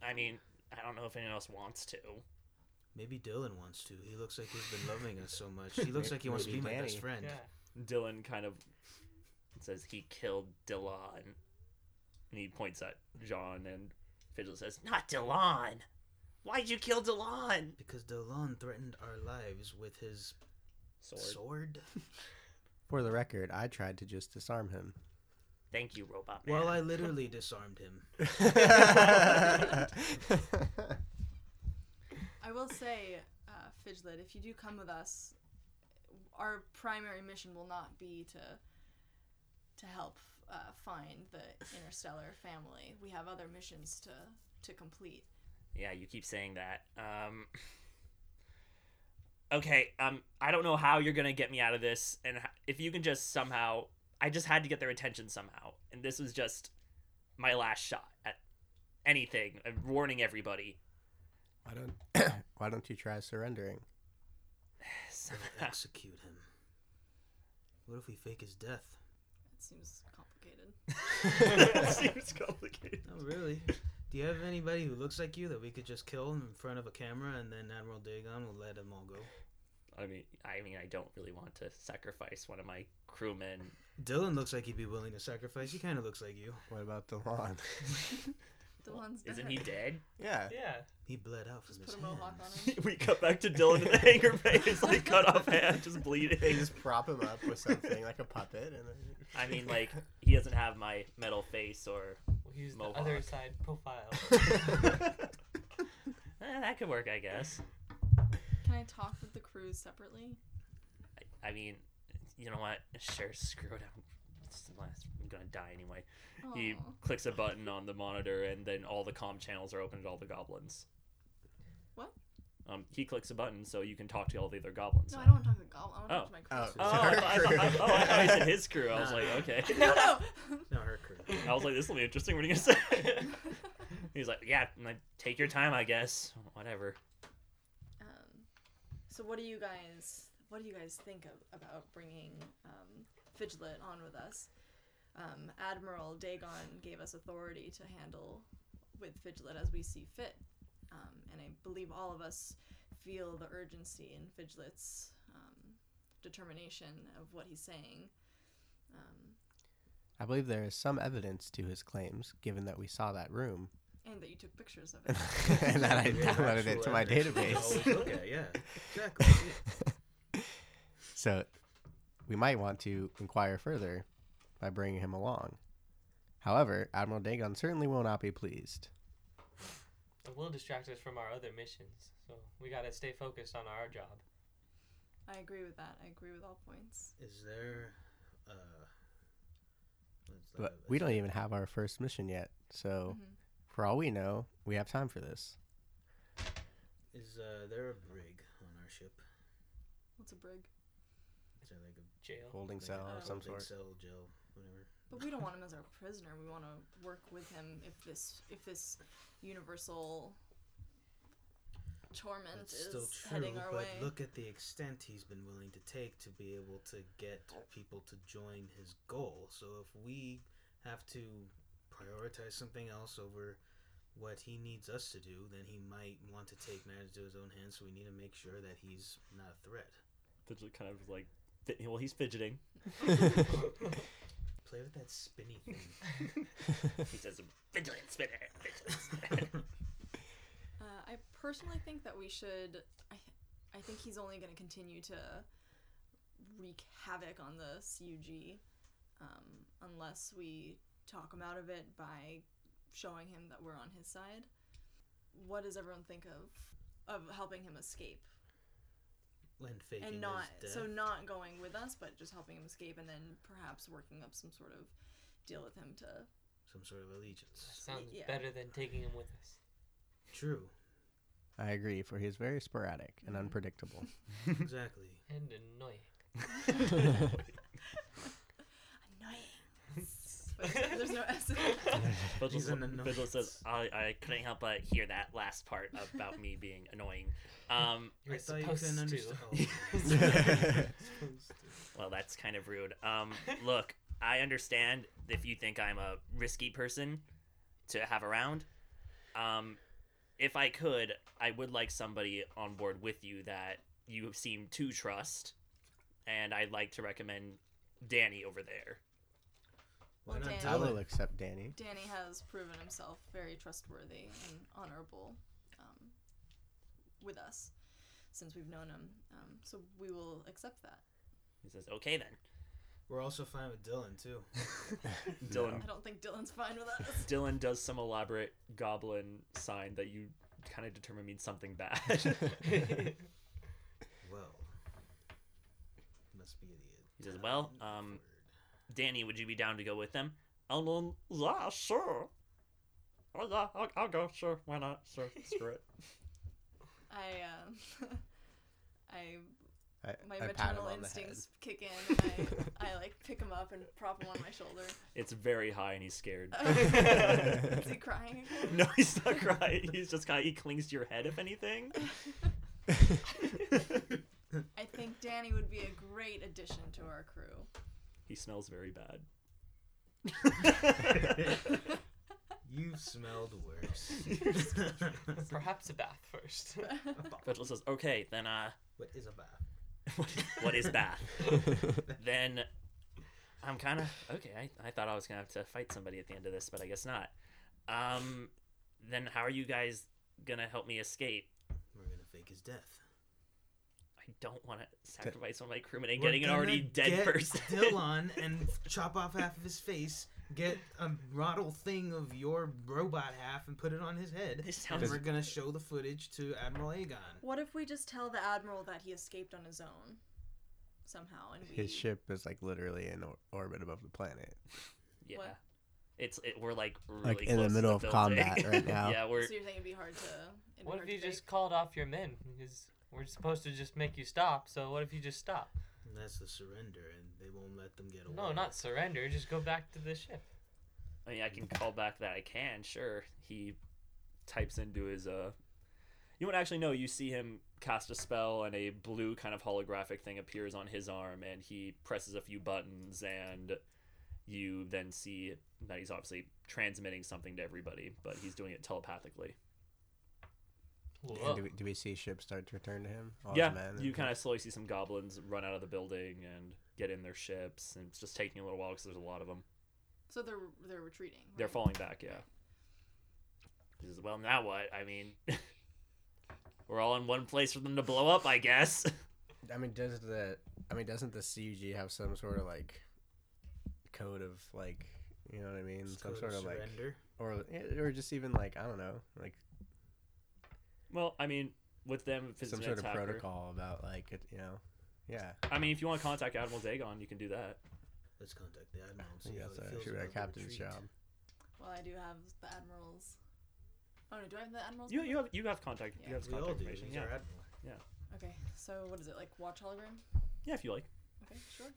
S6: I mean, I don't know if anyone else wants to.
S2: Maybe Dylan wants to. He looks like he's been loving us so much. He looks like he wants to be
S4: Maybe
S2: my
S4: Danny.
S2: best friend.
S5: Yeah.
S1: Dylan kind of says he killed Dylan, and he points at John, and Fidget says,
S6: Not Delon. Why'd you kill Delon?
S2: Because Delon threatened our lives with his
S1: "Sword."
S2: sword.
S4: For the record, I tried to just disarm him.
S6: Thank you, Robot Man.
S2: Well, I literally disarmed him.
S3: I will say, uh, Fidget, if you do come with us, our primary mission will not be to to help uh, find the interstellar family. We have other missions to to complete.
S1: Yeah, you keep saying that. Um, okay, um, I don't know how you're gonna get me out of this, and h- if you can just somehow, I just had to get their attention somehow, and this was just my last shot at anything. I'm warning everybody.
S4: why don't Why don't you try surrendering?
S2: They'll execute him. What if we fake his death?
S3: It seems complicated.
S1: that seems complicated.
S3: Oh,
S2: No, really. Do you have anybody who looks like you that we could just kill in front of a camera and then Admiral Dagon will let them all go?
S1: I mean, I mean, I don't really want to sacrifice one of my crewmen.
S2: Dylan looks like he'd be willing to sacrifice. He kind of looks like you.
S4: What about Delon?
S3: The ones that
S1: Isn't he dead?
S4: yeah.
S5: Yeah.
S2: He bled out from
S3: just
S2: his
S3: put a
S2: hands.
S3: mohawk on him.
S1: we cut back to Dylan in the hangar bay. His like cut off hand, just
S4: They
S1: bleeding.
S4: just prop him up with something like a puppet, and then...
S1: I mean, like he doesn't have my metal face or
S5: We'll use the other
S1: Mohawk.
S5: side profile.
S1: Eh, that could work, I guess.
S3: Can I talk with the crew separately?
S1: I, I mean, you know what? Sure, screw it. I'm, it's the last- I'm gonna die anyway. He
S3: Aw.
S1: clicks a button on the monitor, and then all the comm channels are open to all the goblins.
S3: What?
S1: Um, he clicks a button so you can talk to all the other goblins.
S3: No,
S1: now.
S3: I don't want to talk to Goblin. I want to talk to my
S4: Oh.
S3: crew.
S1: Oh, I thought, I thought- oh, I thought he said his crew. I was
S2: Nah.
S1: like, okay.
S3: No, no.
S2: Not her crew.
S1: I was like, this will be interesting. What are you gonna say? He's like, yeah, like, take your time, I guess. Whatever.
S3: um, so what do you guys what do you guys think of, about bringing um, Fidget on with us? Um, Admiral Dagon gave us authority to handle with Fidget as we see fit, um, and I believe all of us feel the urgency in Fidget's um, determination of what he's saying. Um,
S4: I believe there is some evidence to his claims, given that we saw that room
S3: and that you took pictures of
S4: and
S3: it.
S4: that I
S2: Yeah,
S4: downloaded it
S2: actual
S4: to my
S2: evidence we
S4: database.
S2: always look at, yeah, exactly. yeah.
S4: so we might want to inquire further by bringing him along. However, Admiral Dagon certainly will not be pleased.
S5: It will distract us from our other missions, so we gotta stay focused on our job.
S3: I agree with that. I agree with all points.
S2: Is there? Uh,
S4: But we don't even have our first mission yet, so
S3: Mhm.
S4: for all we know, we have time for this.
S2: Is uh, there a brig on our ship?
S3: What's a brig?
S2: Is there like a
S5: Jail.
S4: Holding
S2: like
S4: cell
S3: uh,
S4: of some
S2: holding
S4: sort.
S2: Cell, jail, whatever.
S3: But we don't want him as our prisoner. We want to work with him if this if this universal torment
S2: That's
S3: is
S2: still true,
S3: heading our
S2: but
S3: way.
S2: look at the extent he's been willing to take to be able to get people to join his goal. So if we have to prioritize something else over what he needs us to do, then he might want to take matters to his own hands. So we need to make sure that he's not a threat.
S1: Fidget kind of like, fi- well, he's fidgeting.
S2: Play with that spinny thing.
S1: He says, "Fidget, spin it, fidget."
S3: Uh, I personally think that we should. I, I think he's only going to continue to wreak havoc on the CUG um, unless we talk him out of it by showing him that we're on his side. What does everyone think of of helping him escape?
S2: and faking
S3: and not
S2: his death.
S3: so not going with us but just helping him escape and then perhaps working up some sort of deal with him to
S2: some sort of allegiance.
S5: Sounds
S3: Yeah.
S5: better than taking him with us.
S2: True.
S4: I agree, for he is very sporadic and
S3: Mhm.
S4: unpredictable.
S2: Exactly.
S5: And annoying.
S3: annoying Wait, there's no S in it.
S1: Fidget,
S2: He's an
S1: sa-
S2: annoyance.
S1: Fidget says, I, I couldn't help but hear that last part about me being annoying. Um,
S5: You're
S2: I thought you
S5: supposed
S2: couldn't
S5: to.
S2: understand. Oh,
S5: Supposed to.
S1: well, that's kind of rude. Um, look, I understand if you think I'm a risky person to have around. Um, if I could, I would like somebody on board with you that you seem to trust, and I'd like to recommend Danny over there.
S2: why
S3: Well,
S2: not
S3: Dan-
S4: I
S2: tell
S4: will
S2: him?
S4: accept Danny.
S3: danny has proven himself very trustworthy and honorable um, with us since we've known him um, so we will accept that
S1: He says, "Okay then."
S2: We're also fine with Dylan too.
S1: Dylan
S3: i don't think dylan's fine with us
S1: Dylan does some elaborate goblin sign that you kind of determine means something bad.
S2: Well, must be the.
S1: He says, "Well, um, Danny, would you be down to go with them? "Oh, Alan, yeah, sure. Oh, yeah, I'll, I'll go, sure. Why not? Sure, screw it.
S3: i um, i
S4: I,
S3: my
S4: I pat him
S3: maternal
S4: on the head.
S3: instincts kick in and I, I like pick him up and prop him on my shoulder
S1: It's very high and he's scared.
S3: is he crying
S1: no, he's not crying. He's just kind of, he clings to your head, if anything.
S3: i think danny would be a great addition to our crew
S1: he smells very bad.
S2: You've smelled worse.
S5: Perhaps a bath first.
S1: Fetchel says, okay, then, uh,
S2: what is a bath?
S1: what is, what is that? then I'm kind of okay. I, I thought I was gonna have to fight somebody at the end of this, but I guess not. Um, then how are you guys gonna help me escape?
S2: We're gonna fake his death.
S1: I don't want to sacrifice one of my crewmen and
S2: We're
S1: getting an
S2: gonna
S1: already dead
S2: get
S1: person.
S2: Dylan and chop off half of his face. Get a model thing of your robot half and put it on his head.
S1: This
S2: and
S1: sounds-
S2: we're gonna show the footage to Admiral Aegon.
S3: what if we just tell the admiral that he escaped on his own somehow and we
S4: His ship is like literally in or- orbit above the planet.
S1: yeah,
S3: What?
S1: it's it, we're like really
S4: Like in the
S1: close to
S4: middle of combat
S1: building.
S4: right now.
S1: yeah, we're
S3: so you're saying it'd be hard to be
S5: What
S3: hard
S5: if you
S3: to fake.
S5: just called off your men? Because we're supposed to just make you stop. So what if you just stop?
S2: That's the surrender, and they won't let them get away.
S5: No, not surrender. Just go back to the ship.
S1: I mean, I can call back that I can, sure. He types into his uh You won't actually know, you see him cast a spell and a blue kind of holographic thing appears on his arm and he presses a few buttons and you then see that he's obviously transmitting something to everybody, but he's doing it telepathically.
S5: Whoa.
S4: And do, we, do we see ships start to return to him? All his
S1: yeah,
S4: men
S1: you
S4: and-
S1: kind of slowly see some goblins run out of the building and get in their ships, and it's just taking a little while because there's a lot of them.
S3: So they're they're retreating.
S1: They're
S3: right?
S1: falling back, yeah. He says, well, now what? I mean, we're all in one place for them to blow up, I guess.
S4: I mean, does the I mean, doesn't the CUG have some sort of like code of like you know what I mean?
S2: It's
S4: some
S2: called
S4: sort of like
S2: surrender.
S4: or or just even like I don't know, like
S1: well, I mean, with them, if it's
S4: some
S1: an
S4: sort of
S1: attacker-
S4: protocol about like it, you know, yeah.
S1: I mean, if you want to contact Admiral Dagon, you can do that.
S2: Let's contact the admiral. and
S4: I uh, think
S2: see how
S4: that's
S2: he feels
S4: actually
S2: about
S4: our
S2: the
S4: captain's
S2: retreat.
S4: job.
S3: Well, I do have the admirals. Oh no, do I have the admirals?
S1: You
S3: number?
S1: you have you have contact
S3: Yeah.
S1: you have his
S2: We all
S1: contact
S2: do.
S1: information.
S2: He's
S1: Yeah,
S2: our admiral.
S3: Okay, so what is it like? Watch hologram.
S1: yeah, if you like.
S3: Okay,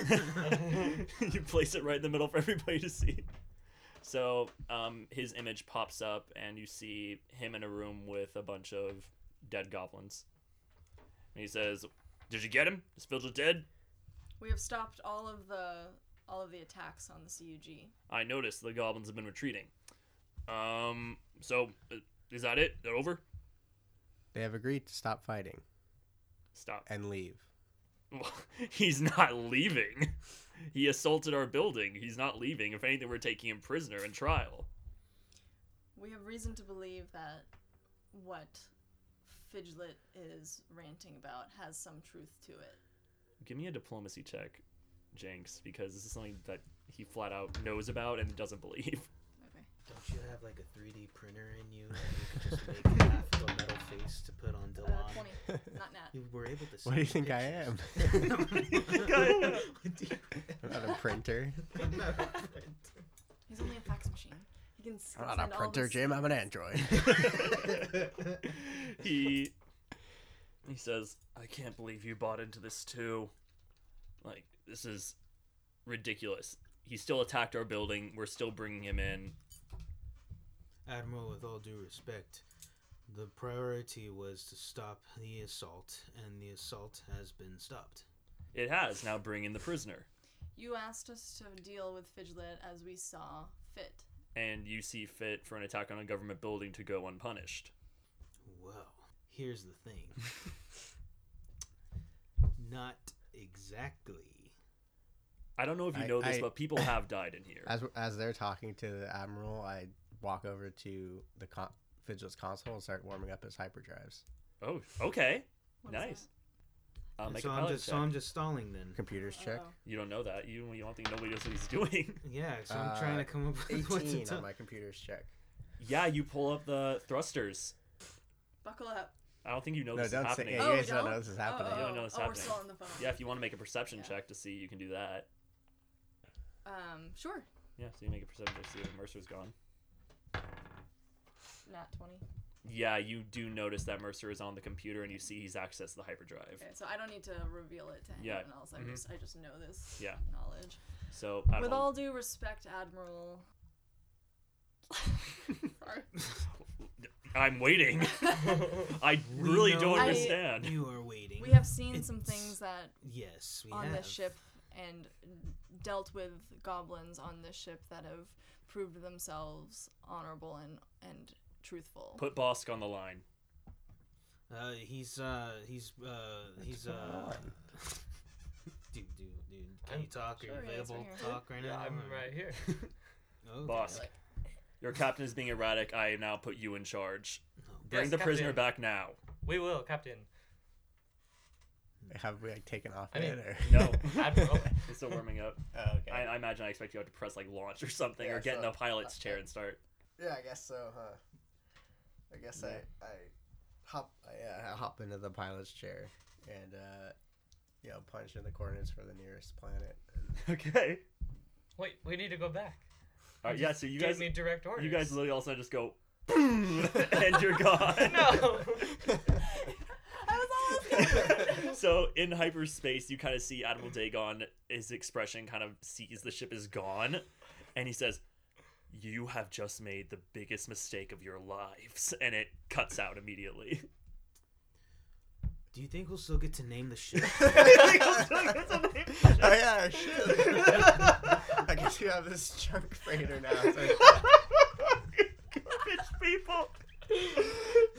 S3: sure.
S1: you place it right in the middle for everybody to see. So um, his image pops up, and you see him in a room with a bunch of dead goblins. And he says, "Did you get him? Is Vigil dead?
S3: We have stopped all of the all of the attacks on the CUG.
S1: I noticed the goblins have been retreating. Um, so uh, is that it? They're over?
S4: They have agreed to stop fighting
S1: Stop.
S4: and leave.
S1: He's not leaving. He assaulted our building. He's not leaving. If anything, we're taking him prisoner in trial."
S3: We have reason to believe that what Fidget is ranting about has some truth to it.
S1: Give me a diplomacy check, Jenks, because this is something that he flat out knows about and doesn't believe.
S3: Okay.
S2: Don't you have like a 3D printer in you? And you could just make half of a metal face to put on Delon.
S3: Uh, Twenty, not nat.
S2: You were able to.
S4: What do you think I am? I'm not a printer.
S3: He's only a fax machine. He can. s-
S4: I'm not
S3: send
S4: a
S3: all
S4: printer,
S3: this-
S4: Jim. I'm an android.
S1: he he says, "I can't believe you bought into this too. Like this is ridiculous. He still attacked our building. We're still bringing him in.
S2: Admiral, with all due respect, the priority was to stop the assault, and the assault has been stopped.
S1: It has now bring in the prisoner."
S3: You asked us to deal with Fidget as we saw fit.
S1: And you see fit for an attack on a government building to go unpunished.
S2: Well, here's the thing. Not exactly.
S1: I don't know if you
S4: I-
S1: know this,
S4: I-
S1: but people have died in here.
S4: As as they're talking to the admiral, I walk over to the con- Vigil's console and start warming up his hyperdrives.
S1: oh, okay,
S3: What is
S1: nice. Uh,
S2: And
S1: make
S2: so
S1: a
S2: I'm
S1: knowledge
S2: just so
S1: check.
S2: I'm just stalling then.
S4: Computers
S3: that?
S4: check.
S3: Uh-oh.
S1: You don't know that. You, you don't think nobody knows what he's doing.
S2: Yeah, so I'm trying
S4: Uh,
S2: to come up with what to
S4: 18
S2: tell.
S4: on my computer's check.
S1: yeah, you pull up the thrusters.
S3: Buckle up.
S1: I don't think you know
S4: No,
S1: this
S4: don't
S1: is
S4: say-
S1: happening.
S4: yeah,
S3: oh,
S4: you
S3: we
S4: guys don't know this is happening.
S3: Oh,
S1: You
S3: oh,
S1: don't know this
S3: oh, we're
S1: happening.
S3: still on the phone.
S1: Yeah, if you want to make a perception
S3: Yeah.
S1: check to see, you can do that.
S3: Um, sure.
S1: Yeah, so you make a perception check to see if Mercer's gone.
S3: Nat twenty.
S1: Yeah, you do notice that Mercer is on the computer and you see he's accessed the hyperdrive.
S3: Okay, so I don't need to reveal it to
S1: Yeah.
S3: anyone else. I
S1: Mhm.
S3: just I just know this
S1: Yeah.
S3: knowledge.
S1: So, I
S3: With
S1: don't
S3: all due respect, Admiral. Sorry.
S1: I'm waiting. I really
S2: know-
S1: don't
S3: I-
S1: understand.
S2: You are waiting.
S3: We have seen some
S2: It's-
S3: things that
S2: Yes, we
S3: on
S2: have.
S3: this ship and dealt with goblins on this ship that have proved themselves honorable and and truthful.
S1: Put Bosk on the line.
S2: Uh, he's uh, he's uh, he's uh. dude, dude, dude, can
S5: I'm-
S2: you talk? Are you
S5: Sure,
S3: yeah, it's
S2: available
S3: right
S2: to
S3: here.
S2: talk right
S5: Yeah,
S2: now?
S5: I'm
S2: or-
S5: right here.
S2: Okay.
S1: Boss.
S3: Like,
S1: Your captain is being erratic. I now put you in charge.
S2: No.
S1: Bring
S5: Yes,
S1: the prisoner
S5: Captain.
S1: back now.
S5: We will, Captain.
S4: Have we like taken off
S5: I mean,
S4: yet? Or?
S1: No,
S5: Admiral.
S1: it's still warming up.
S4: Oh, okay.
S1: I, I imagine I expect you have to press like launch or something,
S4: Yeah,
S1: or get in the
S4: so-
S1: pilot's chair and start.
S4: yeah, I guess so, huh? I guess I I hop I, uh, hop into the pilot's chair and uh, you know punch in the coordinates for the nearest planet.
S1: Okay.
S5: Wait, we need to go back.
S1: All right. Yeah. So you
S5: Give
S1: guys,
S5: me direct orders.
S1: you guys literally also just go boom, and you're gone.
S5: No.
S3: I was almost gonna
S1: so in hyperspace, you kind of see Admiral Dagon. His expression kind of sees the ship is gone, and he says, "You have just made the biggest mistake of your lives," and it cuts out immediately.
S2: Do you think we'll still get to name the ship?
S4: oh yeah, shit. I guess you have this junk freighter now. So
S1: garbage people.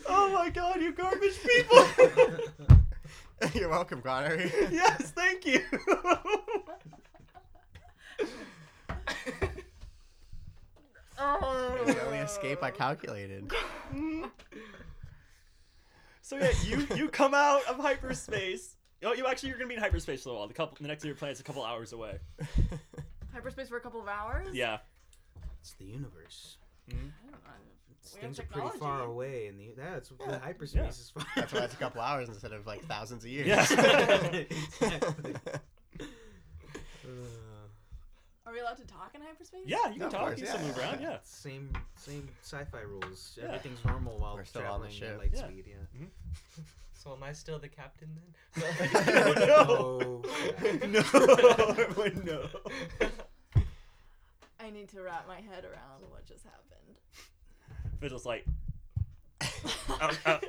S1: Oh my god, you garbage people.
S4: You're welcome, Connor.
S1: yes, thank you.
S4: It was the
S3: "Oh."
S4: only escape I calculated.
S1: so yeah, you you come out of hyperspace. Oh, you actually you're gonna be in hyperspace for a while. The couple, the next year planet's a couple hours away.
S3: hyperspace for a couple of hours.
S1: Yeah.
S2: it's the universe.
S3: I don't know.
S2: It's-
S3: We have
S2: Things are pretty far
S3: technology.
S2: away, and the, that's the hyperspace
S1: Yeah.
S2: is far.
S4: That's why it's a couple hours instead of like thousands of years.
S1: Yeah.
S2: Exactly. Uh,
S3: Are we allowed to talk in hyperspace?
S1: Yeah, you
S4: Yeah,
S1: can
S4: of
S1: talk.
S4: course,
S1: you can still
S4: yeah.
S1: move around. Yeah.
S2: same same sci-fi rules.
S1: Yeah.
S2: Everything's normal while
S4: We're still on the
S2: traveling
S4: ship.
S2: at light
S1: Yeah.
S2: speed. Yeah.
S5: so am I still the captain
S1: No.
S5: then?
S2: No.
S1: no, Everyone, no.
S3: I need to wrap my head around what just happened.
S1: Fiddle's like,
S6: Oh, oh,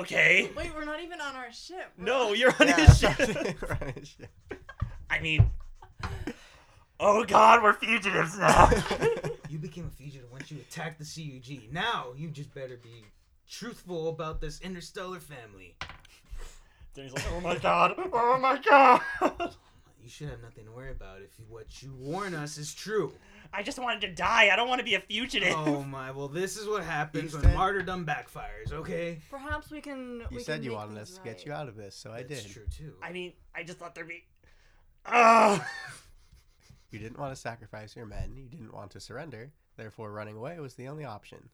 S6: okay.
S3: Wait, we're not even on our ship. We're
S1: no,
S3: on-
S1: you're on
S4: Yeah,
S1: his
S4: that's
S1: ship.
S4: what I'm saying.
S6: I mean, oh god, we're fugitives now.
S2: You became a fugitive once you attacked the CUG. Now you just better be truthful about this interstellar family.
S1: Then he's like, oh
S6: oh
S1: my
S6: my god. Oh my god.
S2: You should have nothing to worry about if you- what you warn us is true.
S6: I just wanted to die. I don't want to be a fugitive.
S2: Oh my! Well, this is what happens
S4: You
S2: when
S4: said-
S2: martyrdom backfires. Okay,
S3: Perhaps we can.
S4: You
S3: we
S4: said
S3: can
S4: you
S3: make
S4: wanted
S3: things
S4: us to get
S3: right.
S4: you out of this, so I
S2: that's
S4: did.
S2: true too.
S6: I mean, I just thought there'd be. ah. Ugh.
S4: You didn't want to sacrifice your men. You didn't want to surrender. Therefore, running away was the only option.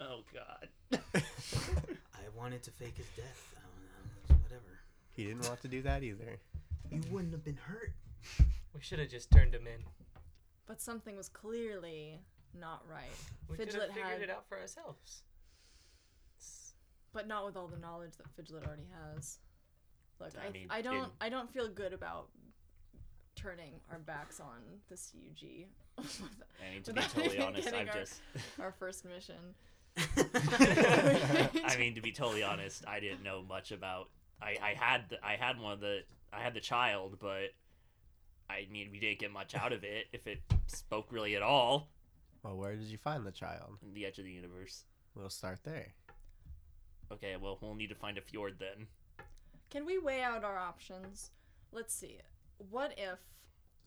S6: Oh god.
S2: I wanted to fake his death. I don't know, whatever.
S4: He didn't want to do that either.
S2: You wouldn't have been hurt.
S5: we should have just turned him in.
S3: But something was clearly not right.
S5: We could have
S3: Fidget
S5: figured
S3: had-
S5: it out for ourselves.
S3: But not with all the knowledge that Fidget already has. Look,
S1: I
S3: I,
S1: mean,
S3: I don't
S1: in-
S3: I don't feel good about turning our backs on the CUG.
S1: I mean, to be
S3: Without
S1: totally
S3: even
S1: honest,
S3: getting
S1: I've
S3: our-
S1: just.
S3: our first mission.
S1: I mean, to be totally honest, I didn't know much about. I I had the, I had one of the I had the child, but I mean, we didn't get much out of it if it spoke really at all.
S4: Well, where did you find the child?
S1: In the edge of the universe.
S4: We'll start there.
S1: Okay, well, we'll need to find a fjord then.
S3: Can we weigh out our options? Let's see. What if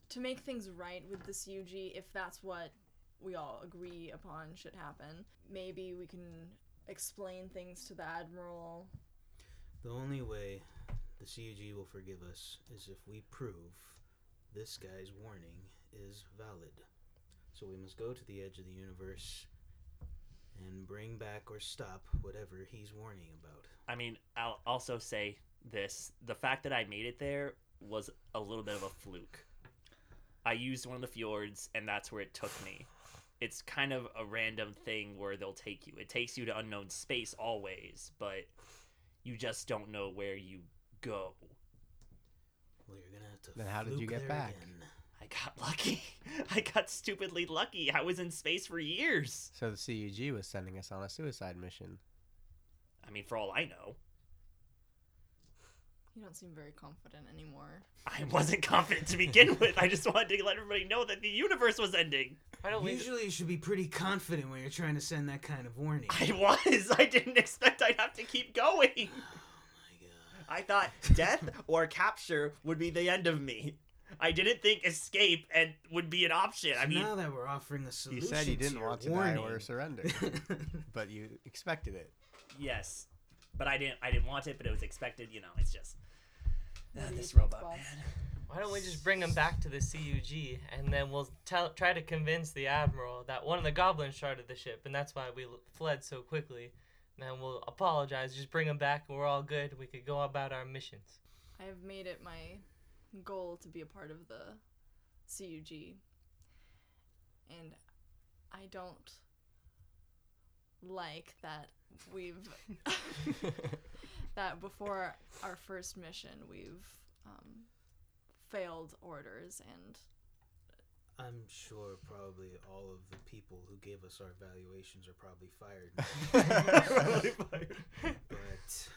S3: to make things right with this UG, if that's what we all agree upon should happen, maybe we can explain things to the admiral.
S2: The only way the CUG will forgive us is if we prove this guy's warning is valid. So we must go to the edge of the universe and bring back or stop whatever he's warning about.
S1: I mean, I'll also say this: the fact that I made it there was a little bit of a fluke. I used one of the fjords, and that's where it took me. It's kind of a random thing where they'll take you. It takes you to unknown space always, but you just don't know where you go.
S2: Well, you're gonna have to.
S4: Then how did you
S2: fluke
S4: get
S2: there
S4: back?
S2: again.
S1: I got lucky. I got stupidly lucky. I was in space for years.
S4: So the CUG was sending us on a suicide mission.
S1: I mean, for all I know,
S3: You don't seem very confident anymore.
S1: I wasn't confident to begin with. I just wanted to let everybody know that the universe was ending.
S5: Why don't we
S2: Usually, you should be pretty confident when you're trying to send that kind of warning.
S1: I was. I didn't expect I'd have to keep going.
S2: My God.
S1: I thought death or capture would be the end of me. I didn't think escape and would be an option. I
S2: So
S1: mean,
S2: now that we're offering a
S4: You
S2: solution,
S4: said you didn't
S2: your
S4: want to
S2: warning,
S4: die or surrender, but you expected it.
S1: yes, but I didn't. I didn't want it, but it was expected. You know, it's just Ah,
S3: Maybe
S1: this
S3: it's
S1: robot
S3: boss.
S1: man.
S5: Why don't we just bring him back to the CUG and then we'll tell, try to convince the admiral that one of the goblins sharded the ship and that's why we l- fled so quickly. And then we'll apologize, just bring him back and we're all good. We could go about our missions.
S3: I have made it my goal to be a part of the CUG. And I don't like that we've that before our first mission we've um, failed orders and
S2: I'm sure probably all of the people who gave us our valuations are probably fired.
S1: Probably fired.
S2: but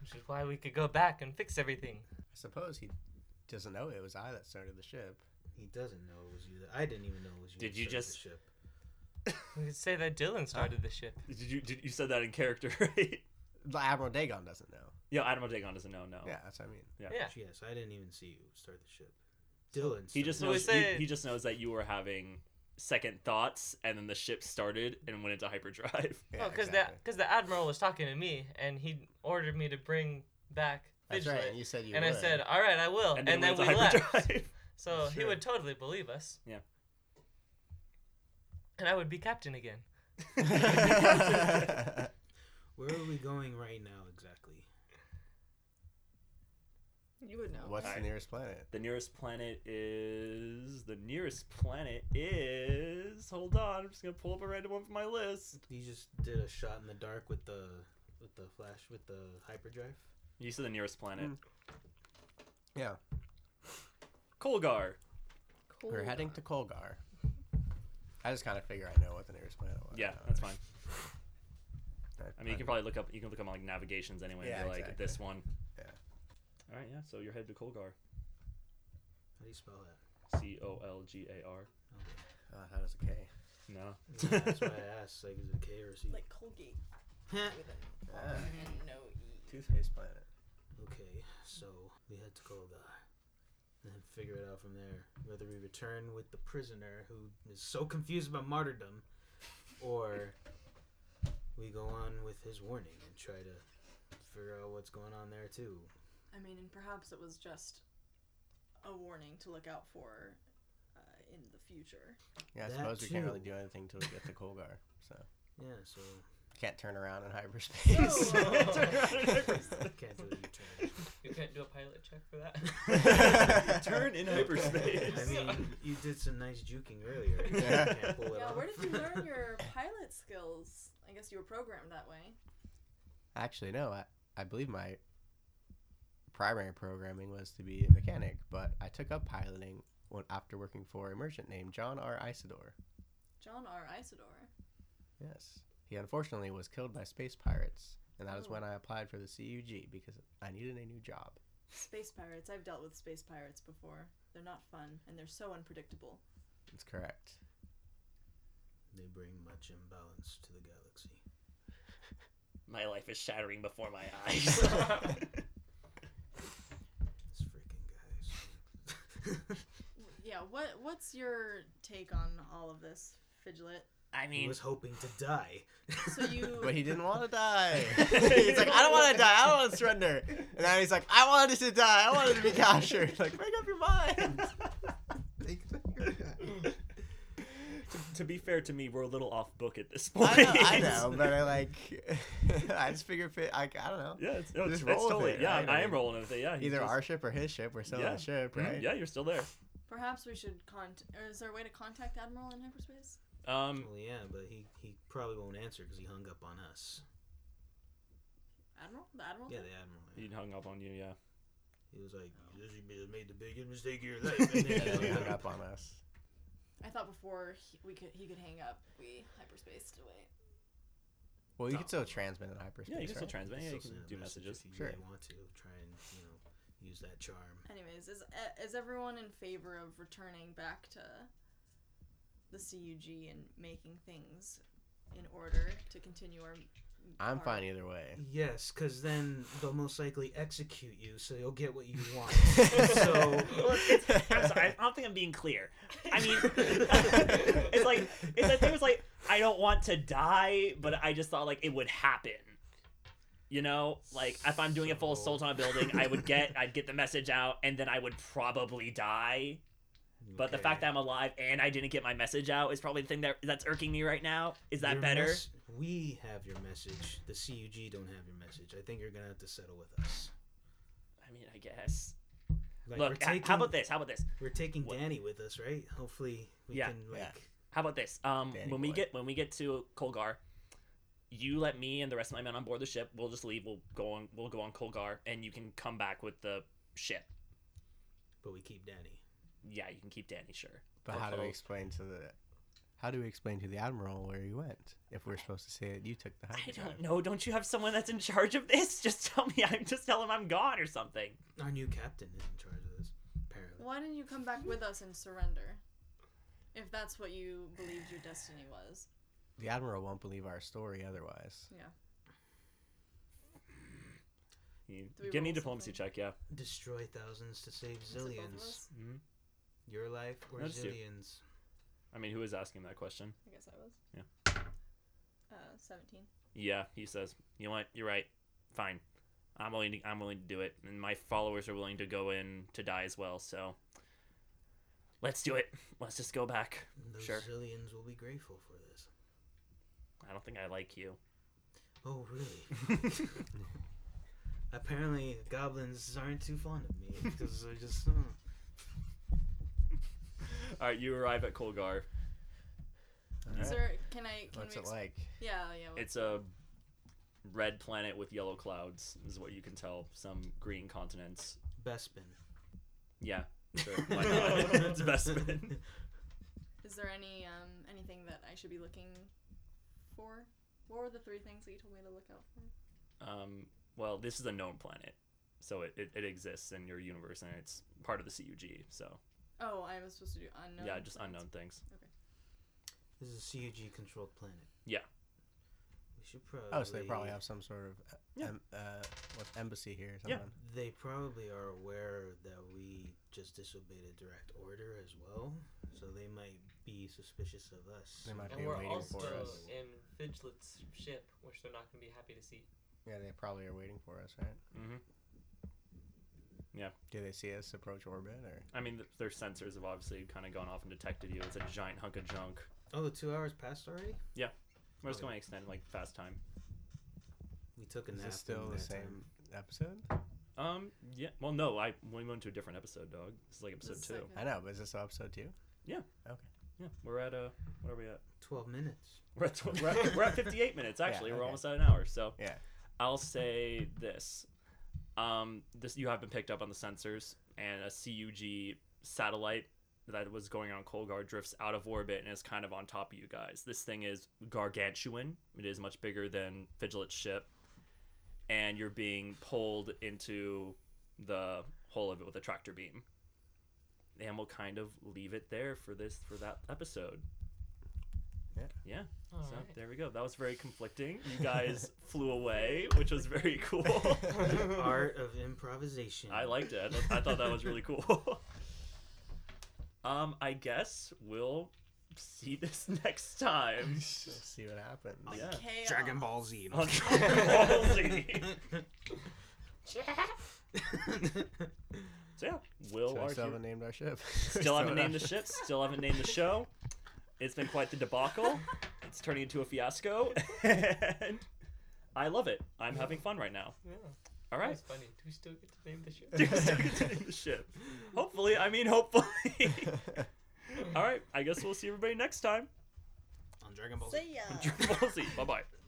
S5: Which is why we could go back and fix everything.
S4: I suppose he doesn't know it was I that started the ship.
S2: he doesn't know it was you. That I didn't even know it was you.
S1: Did
S2: that
S1: you
S2: started the
S1: just-
S2: ship?
S5: We could say that Dylan started the ship.
S1: Did you did, you said that in character, right?
S4: The Admiral Dagon doesn't know.
S1: Yeah, Admiral Dagon doesn't know. No.
S4: Yeah, that's what I mean.
S5: Yeah.
S2: Yes, I didn't even see you start the ship. Dylan.
S1: He just
S5: So we
S1: knows.
S5: say-
S1: he, he just knows that you were having second thoughts, and then the ship started and went into hyperdrive.
S4: Yeah,
S5: Well, because
S4: exactly.
S5: the because the admiral was talking to me and he ordered me to bring back
S4: That's
S5: Fidget.
S4: right. And you said you
S5: and
S4: would.
S5: I said, "Oh." "All right, I will." And, then
S1: it
S5: we
S1: went into
S5: left.
S1: hyperdrive.
S5: So he
S4: Sure.
S5: would totally believe us.
S1: Yeah.
S5: And I would be captain again.
S2: Where are we going right now exactly?
S3: you would know
S4: What's
S3: right?
S4: the nearest planet?
S1: The nearest planet is the nearest planet is. Hold on, I'm just gonna pull up a random one from my list.
S2: You just did a shot in the dark with the with the flash with the hyperdrive.
S1: You said the nearest planet.
S4: Mm. Yeah,
S1: Kolgar.
S3: cool
S4: we're heading to Kolgar. I just kind of figure I know what the nearest planet was.
S1: Yeah,
S4: now.
S1: that's fine.
S4: That-
S1: I mean, you can
S4: that-
S1: probably look up. You can look up on like navigations anyway.
S4: Yeah,
S1: and be like
S4: exactly.
S1: this one.
S4: Yeah.
S1: All right. Yeah. So you're headed to Kolgar.
S2: How do you spell that?
S1: C O L G A R.
S4: Oh, that was okay.
S1: No.
S2: Yeah, that's why I asked. Like, is it a K or a C?
S7: Like Colgate with an
S5: Oh.
S7: R
S4: Yeah.
S7: and no E.
S4: Ah, Two-faced planet.
S2: okay, so we head to Kolgar, and then figure it out from there. Whether we return with the prisoner who is so confused about martyrdom, or we go on with his warning and try to figure out what's going on there too.
S3: i mean and perhaps it was just a warning to look out for uh, in the future
S4: Yeah, I
S2: That
S4: suppose we can't really
S2: too.
S4: do anything until we get to Kolgar. So
S2: Yeah, so
S4: can't turn around in hyperspace.
S3: Oh,
S2: can't do a U-turn.
S5: You can't do a pilot check for that.
S1: Turn in hyperspace.
S2: I mean, you did some nice juking earlier. You
S4: Yeah.
S2: can't pull it
S3: yeah
S2: off.
S3: where did you learn your pilot skills i guess you were programmed that way
S4: Actually, no. I, I believe my primary programming was to be a mechanic, but I took up piloting when, after working for a merchant named John R. Isidore.
S3: john r isidore
S4: Yes. He unfortunately was killed by space pirates, and that is
S3: Oh.
S4: when I applied for the CUG because I needed a new job.
S3: space pirates i've dealt with space pirates before they're not fun and they're so unpredictable
S4: That's correct.
S2: They bring much imbalance to the galaxy.
S1: My life is shattering before my eyes.
S2: These freaking guys.
S3: yeah what what's your take on all of this fidget
S6: I
S2: he
S6: mean,
S2: was hoping to die.
S3: so you
S4: But he didn't want to die. he's like, I don't want to die. I don't want to surrender. And now he's like, I wanted to die. I wanted to be captured. Like, make up your mind.
S1: to be fair to me, we're a little off book at this point.
S4: I know, I know, but I like, I just figure, fit, I, I don't know.
S1: Yeah, it's, no, it's,
S4: Just
S1: it's
S4: roll with
S1: totally.
S4: it,
S1: yeah,
S4: right?
S1: I,
S4: I
S1: am
S4: mean,
S1: rolling with it. Yeah, he's
S4: Either
S1: just-
S4: our ship or his ship. We're still on
S1: Yeah.
S4: the ship,
S1: Mhm,
S4: right?
S1: Yeah, you're still there.
S3: Perhaps we should contact. Is there a way to contact Admiral in hyperspace?
S1: Um,
S2: well, yeah, but he, he probably won't answer because he hung up on us.
S3: Admiral, the Admiral.
S2: Yeah,
S3: thing?
S2: the admiral.
S1: he hung up on you. Yeah.
S2: He was like, "This you may have made the biggest mistake of your life." And
S4: Yeah,
S2: then
S4: they
S2: he
S4: hung
S2: hung up.
S4: up on us.
S3: I thought before he, we could he could hang up. We hyperspaced away.
S4: Well, you can still transmit in hyperspace.
S1: Yeah, you can still
S4: right?
S1: transmit. Yeah, you
S2: Still
S1: can
S2: send a
S1: do
S2: message
S1: messages.
S2: if you
S4: Sure.
S2: really want to try and you know use that charm.
S3: Anyways, is e- is everyone in favor of returning back to the CUG and making things in order to continue our?
S4: I'm
S3: our-
S4: fine either way.
S2: Yes, because then they'll most likely execute you, so you'll get what you want. so
S6: look, it's, I'm sorry. I don't think I'm being clear. I mean, it's like it's like there was like I don't want to die, but I just thought like it would happen. You know, like if I'm doing a full
S2: So-
S6: assault on a building, I would get I'd get the message out, and then I would probably die. But the fact that I'm alive and I didn't get my message out is probably the thing that that's irking me right now. Is that
S2: Your
S6: better?
S2: mess- we have your message. The CUG don't have your message. I think you're gonna have to settle with us.
S6: I mean, I guess.
S2: Like,
S6: Look, h- how about this? How about this?
S2: We're taking
S6: What-
S2: Danny with us, right? Hopefully, we
S6: Yeah,
S2: can like.
S4: yeah.
S6: How about this? Um,
S4: Danny
S6: when we
S4: boy.
S6: get when we get to Kolgar,
S1: you let me and the rest of my men on board the ship. We'll just leave. We'll go on. We'll go on Kolgar, and you can come back with the ship.
S2: But we keep Danny.
S1: Yeah, you can keep Danny. Sure.
S4: But
S1: Or
S4: how do we
S1: Cole.
S4: explain to the how do we explain to the admiral where you went if we're supposed to say that you took the
S1: I
S4: hyperdrive?
S1: don't know. Don't you have someone that's in charge of this? Just tell me. I'm just tell him I'm gone or something.
S2: Our new captain is in charge of this, apparently.
S3: Why didn't you come back with us and surrender? If that's what you believed your destiny was.
S4: The admiral won't believe our story otherwise.
S3: Yeah.
S1: You,
S3: Do we
S1: give me a
S3: roll
S1: diplomacy check. Yeah.
S2: Destroy thousands to save
S3: Is it both of
S2: zillions.
S3: us?
S1: hmm
S2: Your life or
S1: That's you.
S2: zillions?
S1: I mean, who is asking that question?
S3: I guess I was.
S1: Yeah.
S3: Uh, 17.
S1: Yeah, he says. You know what? You're right. Fine. I'm willing. To, I'm willing to do it, and my followers are willing to go in to die as well. So let's do it. Let's just go back.
S2: Those
S1: Sure.
S2: zillions will be grateful for this.
S1: I don't think I like you.
S2: Oh, really? Apparently, goblins aren't too fond of me because they're just. "Hmm."
S1: All right, you arrive at Kolgar. Alright.
S3: Is there, can I, can
S4: What's
S3: we
S4: it
S3: ex-
S4: like?
S3: Yeah, yeah. what-
S1: It's a red planet with yellow clouds, is what you can tell. Some green continents.
S2: Bespin.
S1: Yeah, sure. Why not? it's Bespin.
S3: Is there any, um, anything that I should be looking for? What were the three things that you told me to look out for?
S1: Um, well, this is a known planet, so it, it, it exists in your universe, and it's part of the CUG. So
S3: Oh, I was supposed to do unknown.
S1: yeah, just
S3: signs.
S1: unknown things.
S2: This is a CUG controlled planet.
S1: Yeah.
S2: We should probably.
S4: Oh, so they probably have some sort of uh,
S1: Yeah.
S4: em- uh, what, embassy here or
S1: Yeah.
S4: something.
S2: They probably are aware that we just disobeyed a direct order as well, so they might be suspicious of us.
S4: They might
S5: And
S4: be
S5: we're
S4: waiting
S5: also
S4: for us.
S5: in Fidget's ship, which they're not going to be happy to see.
S4: Yeah, they probably are waiting for us, right?
S1: hmm
S4: Do they see us approach orbit or?
S1: I mean, th- their sensors have obviously kind of gone off and detected you. It's a giant hunk of junk.
S2: Oh, two hours passed already.
S1: We're just going to extend like fast time.
S2: We took a
S4: Is
S2: nap.
S4: this still
S2: in
S4: the
S2: that
S4: same
S2: time.
S4: episode?
S1: Um, yeah. Well, no, I we went to a different episode, dog. This is like episode
S3: This
S1: two.
S3: second-
S4: I know, but is this episode two?
S1: Yeah, we're at uh, what are we at?
S2: Twelve minutes.
S1: We're at, tw- we're at, we're at 58 minutes actually. We're
S4: okay.
S1: almost at an hour. So
S4: Yeah.
S1: I'll say this. Um, this you have been picked up on the sensors, and a CUG satellite that was going on Colgar drifts out of orbit and is kind of on top of you guys. This thing is gargantuan. It is much bigger than Vigilant ship, and you're being pulled into the whole of it with a tractor beam. And we'll kind of leave it there for this for that episode.
S5: All
S1: So
S5: right.
S1: there we go. That was very conflicting. You guys flew away, which was very cool.
S2: The art of improvisation.
S1: I liked it. I thought- I thought that was really cool. um, I guess we'll see this next time.
S4: We'll see what happens.
S3: on
S1: Yeah.
S3: chaos.
S2: Dragon Ball Z.
S1: On Dragon Ball Z. So yeah,
S4: So
S1: we'll
S4: we still
S1: argue.
S4: haven't named our ship.
S1: Still haven't named the ship. Still haven't named the show. It's been quite the debacle. It's turning into a fiasco, and I love it. I'm having fun right now.
S5: Yeah.
S1: All
S5: That
S1: right.
S5: was funny. Do we still get to name the ship?
S1: Dude, still continuing the ship. Hopefully, I mean hopefully. All right, I guess we'll see everybody next time.
S2: On Dragon Ball Z.
S3: See ya.
S1: We'll see. Bye bye.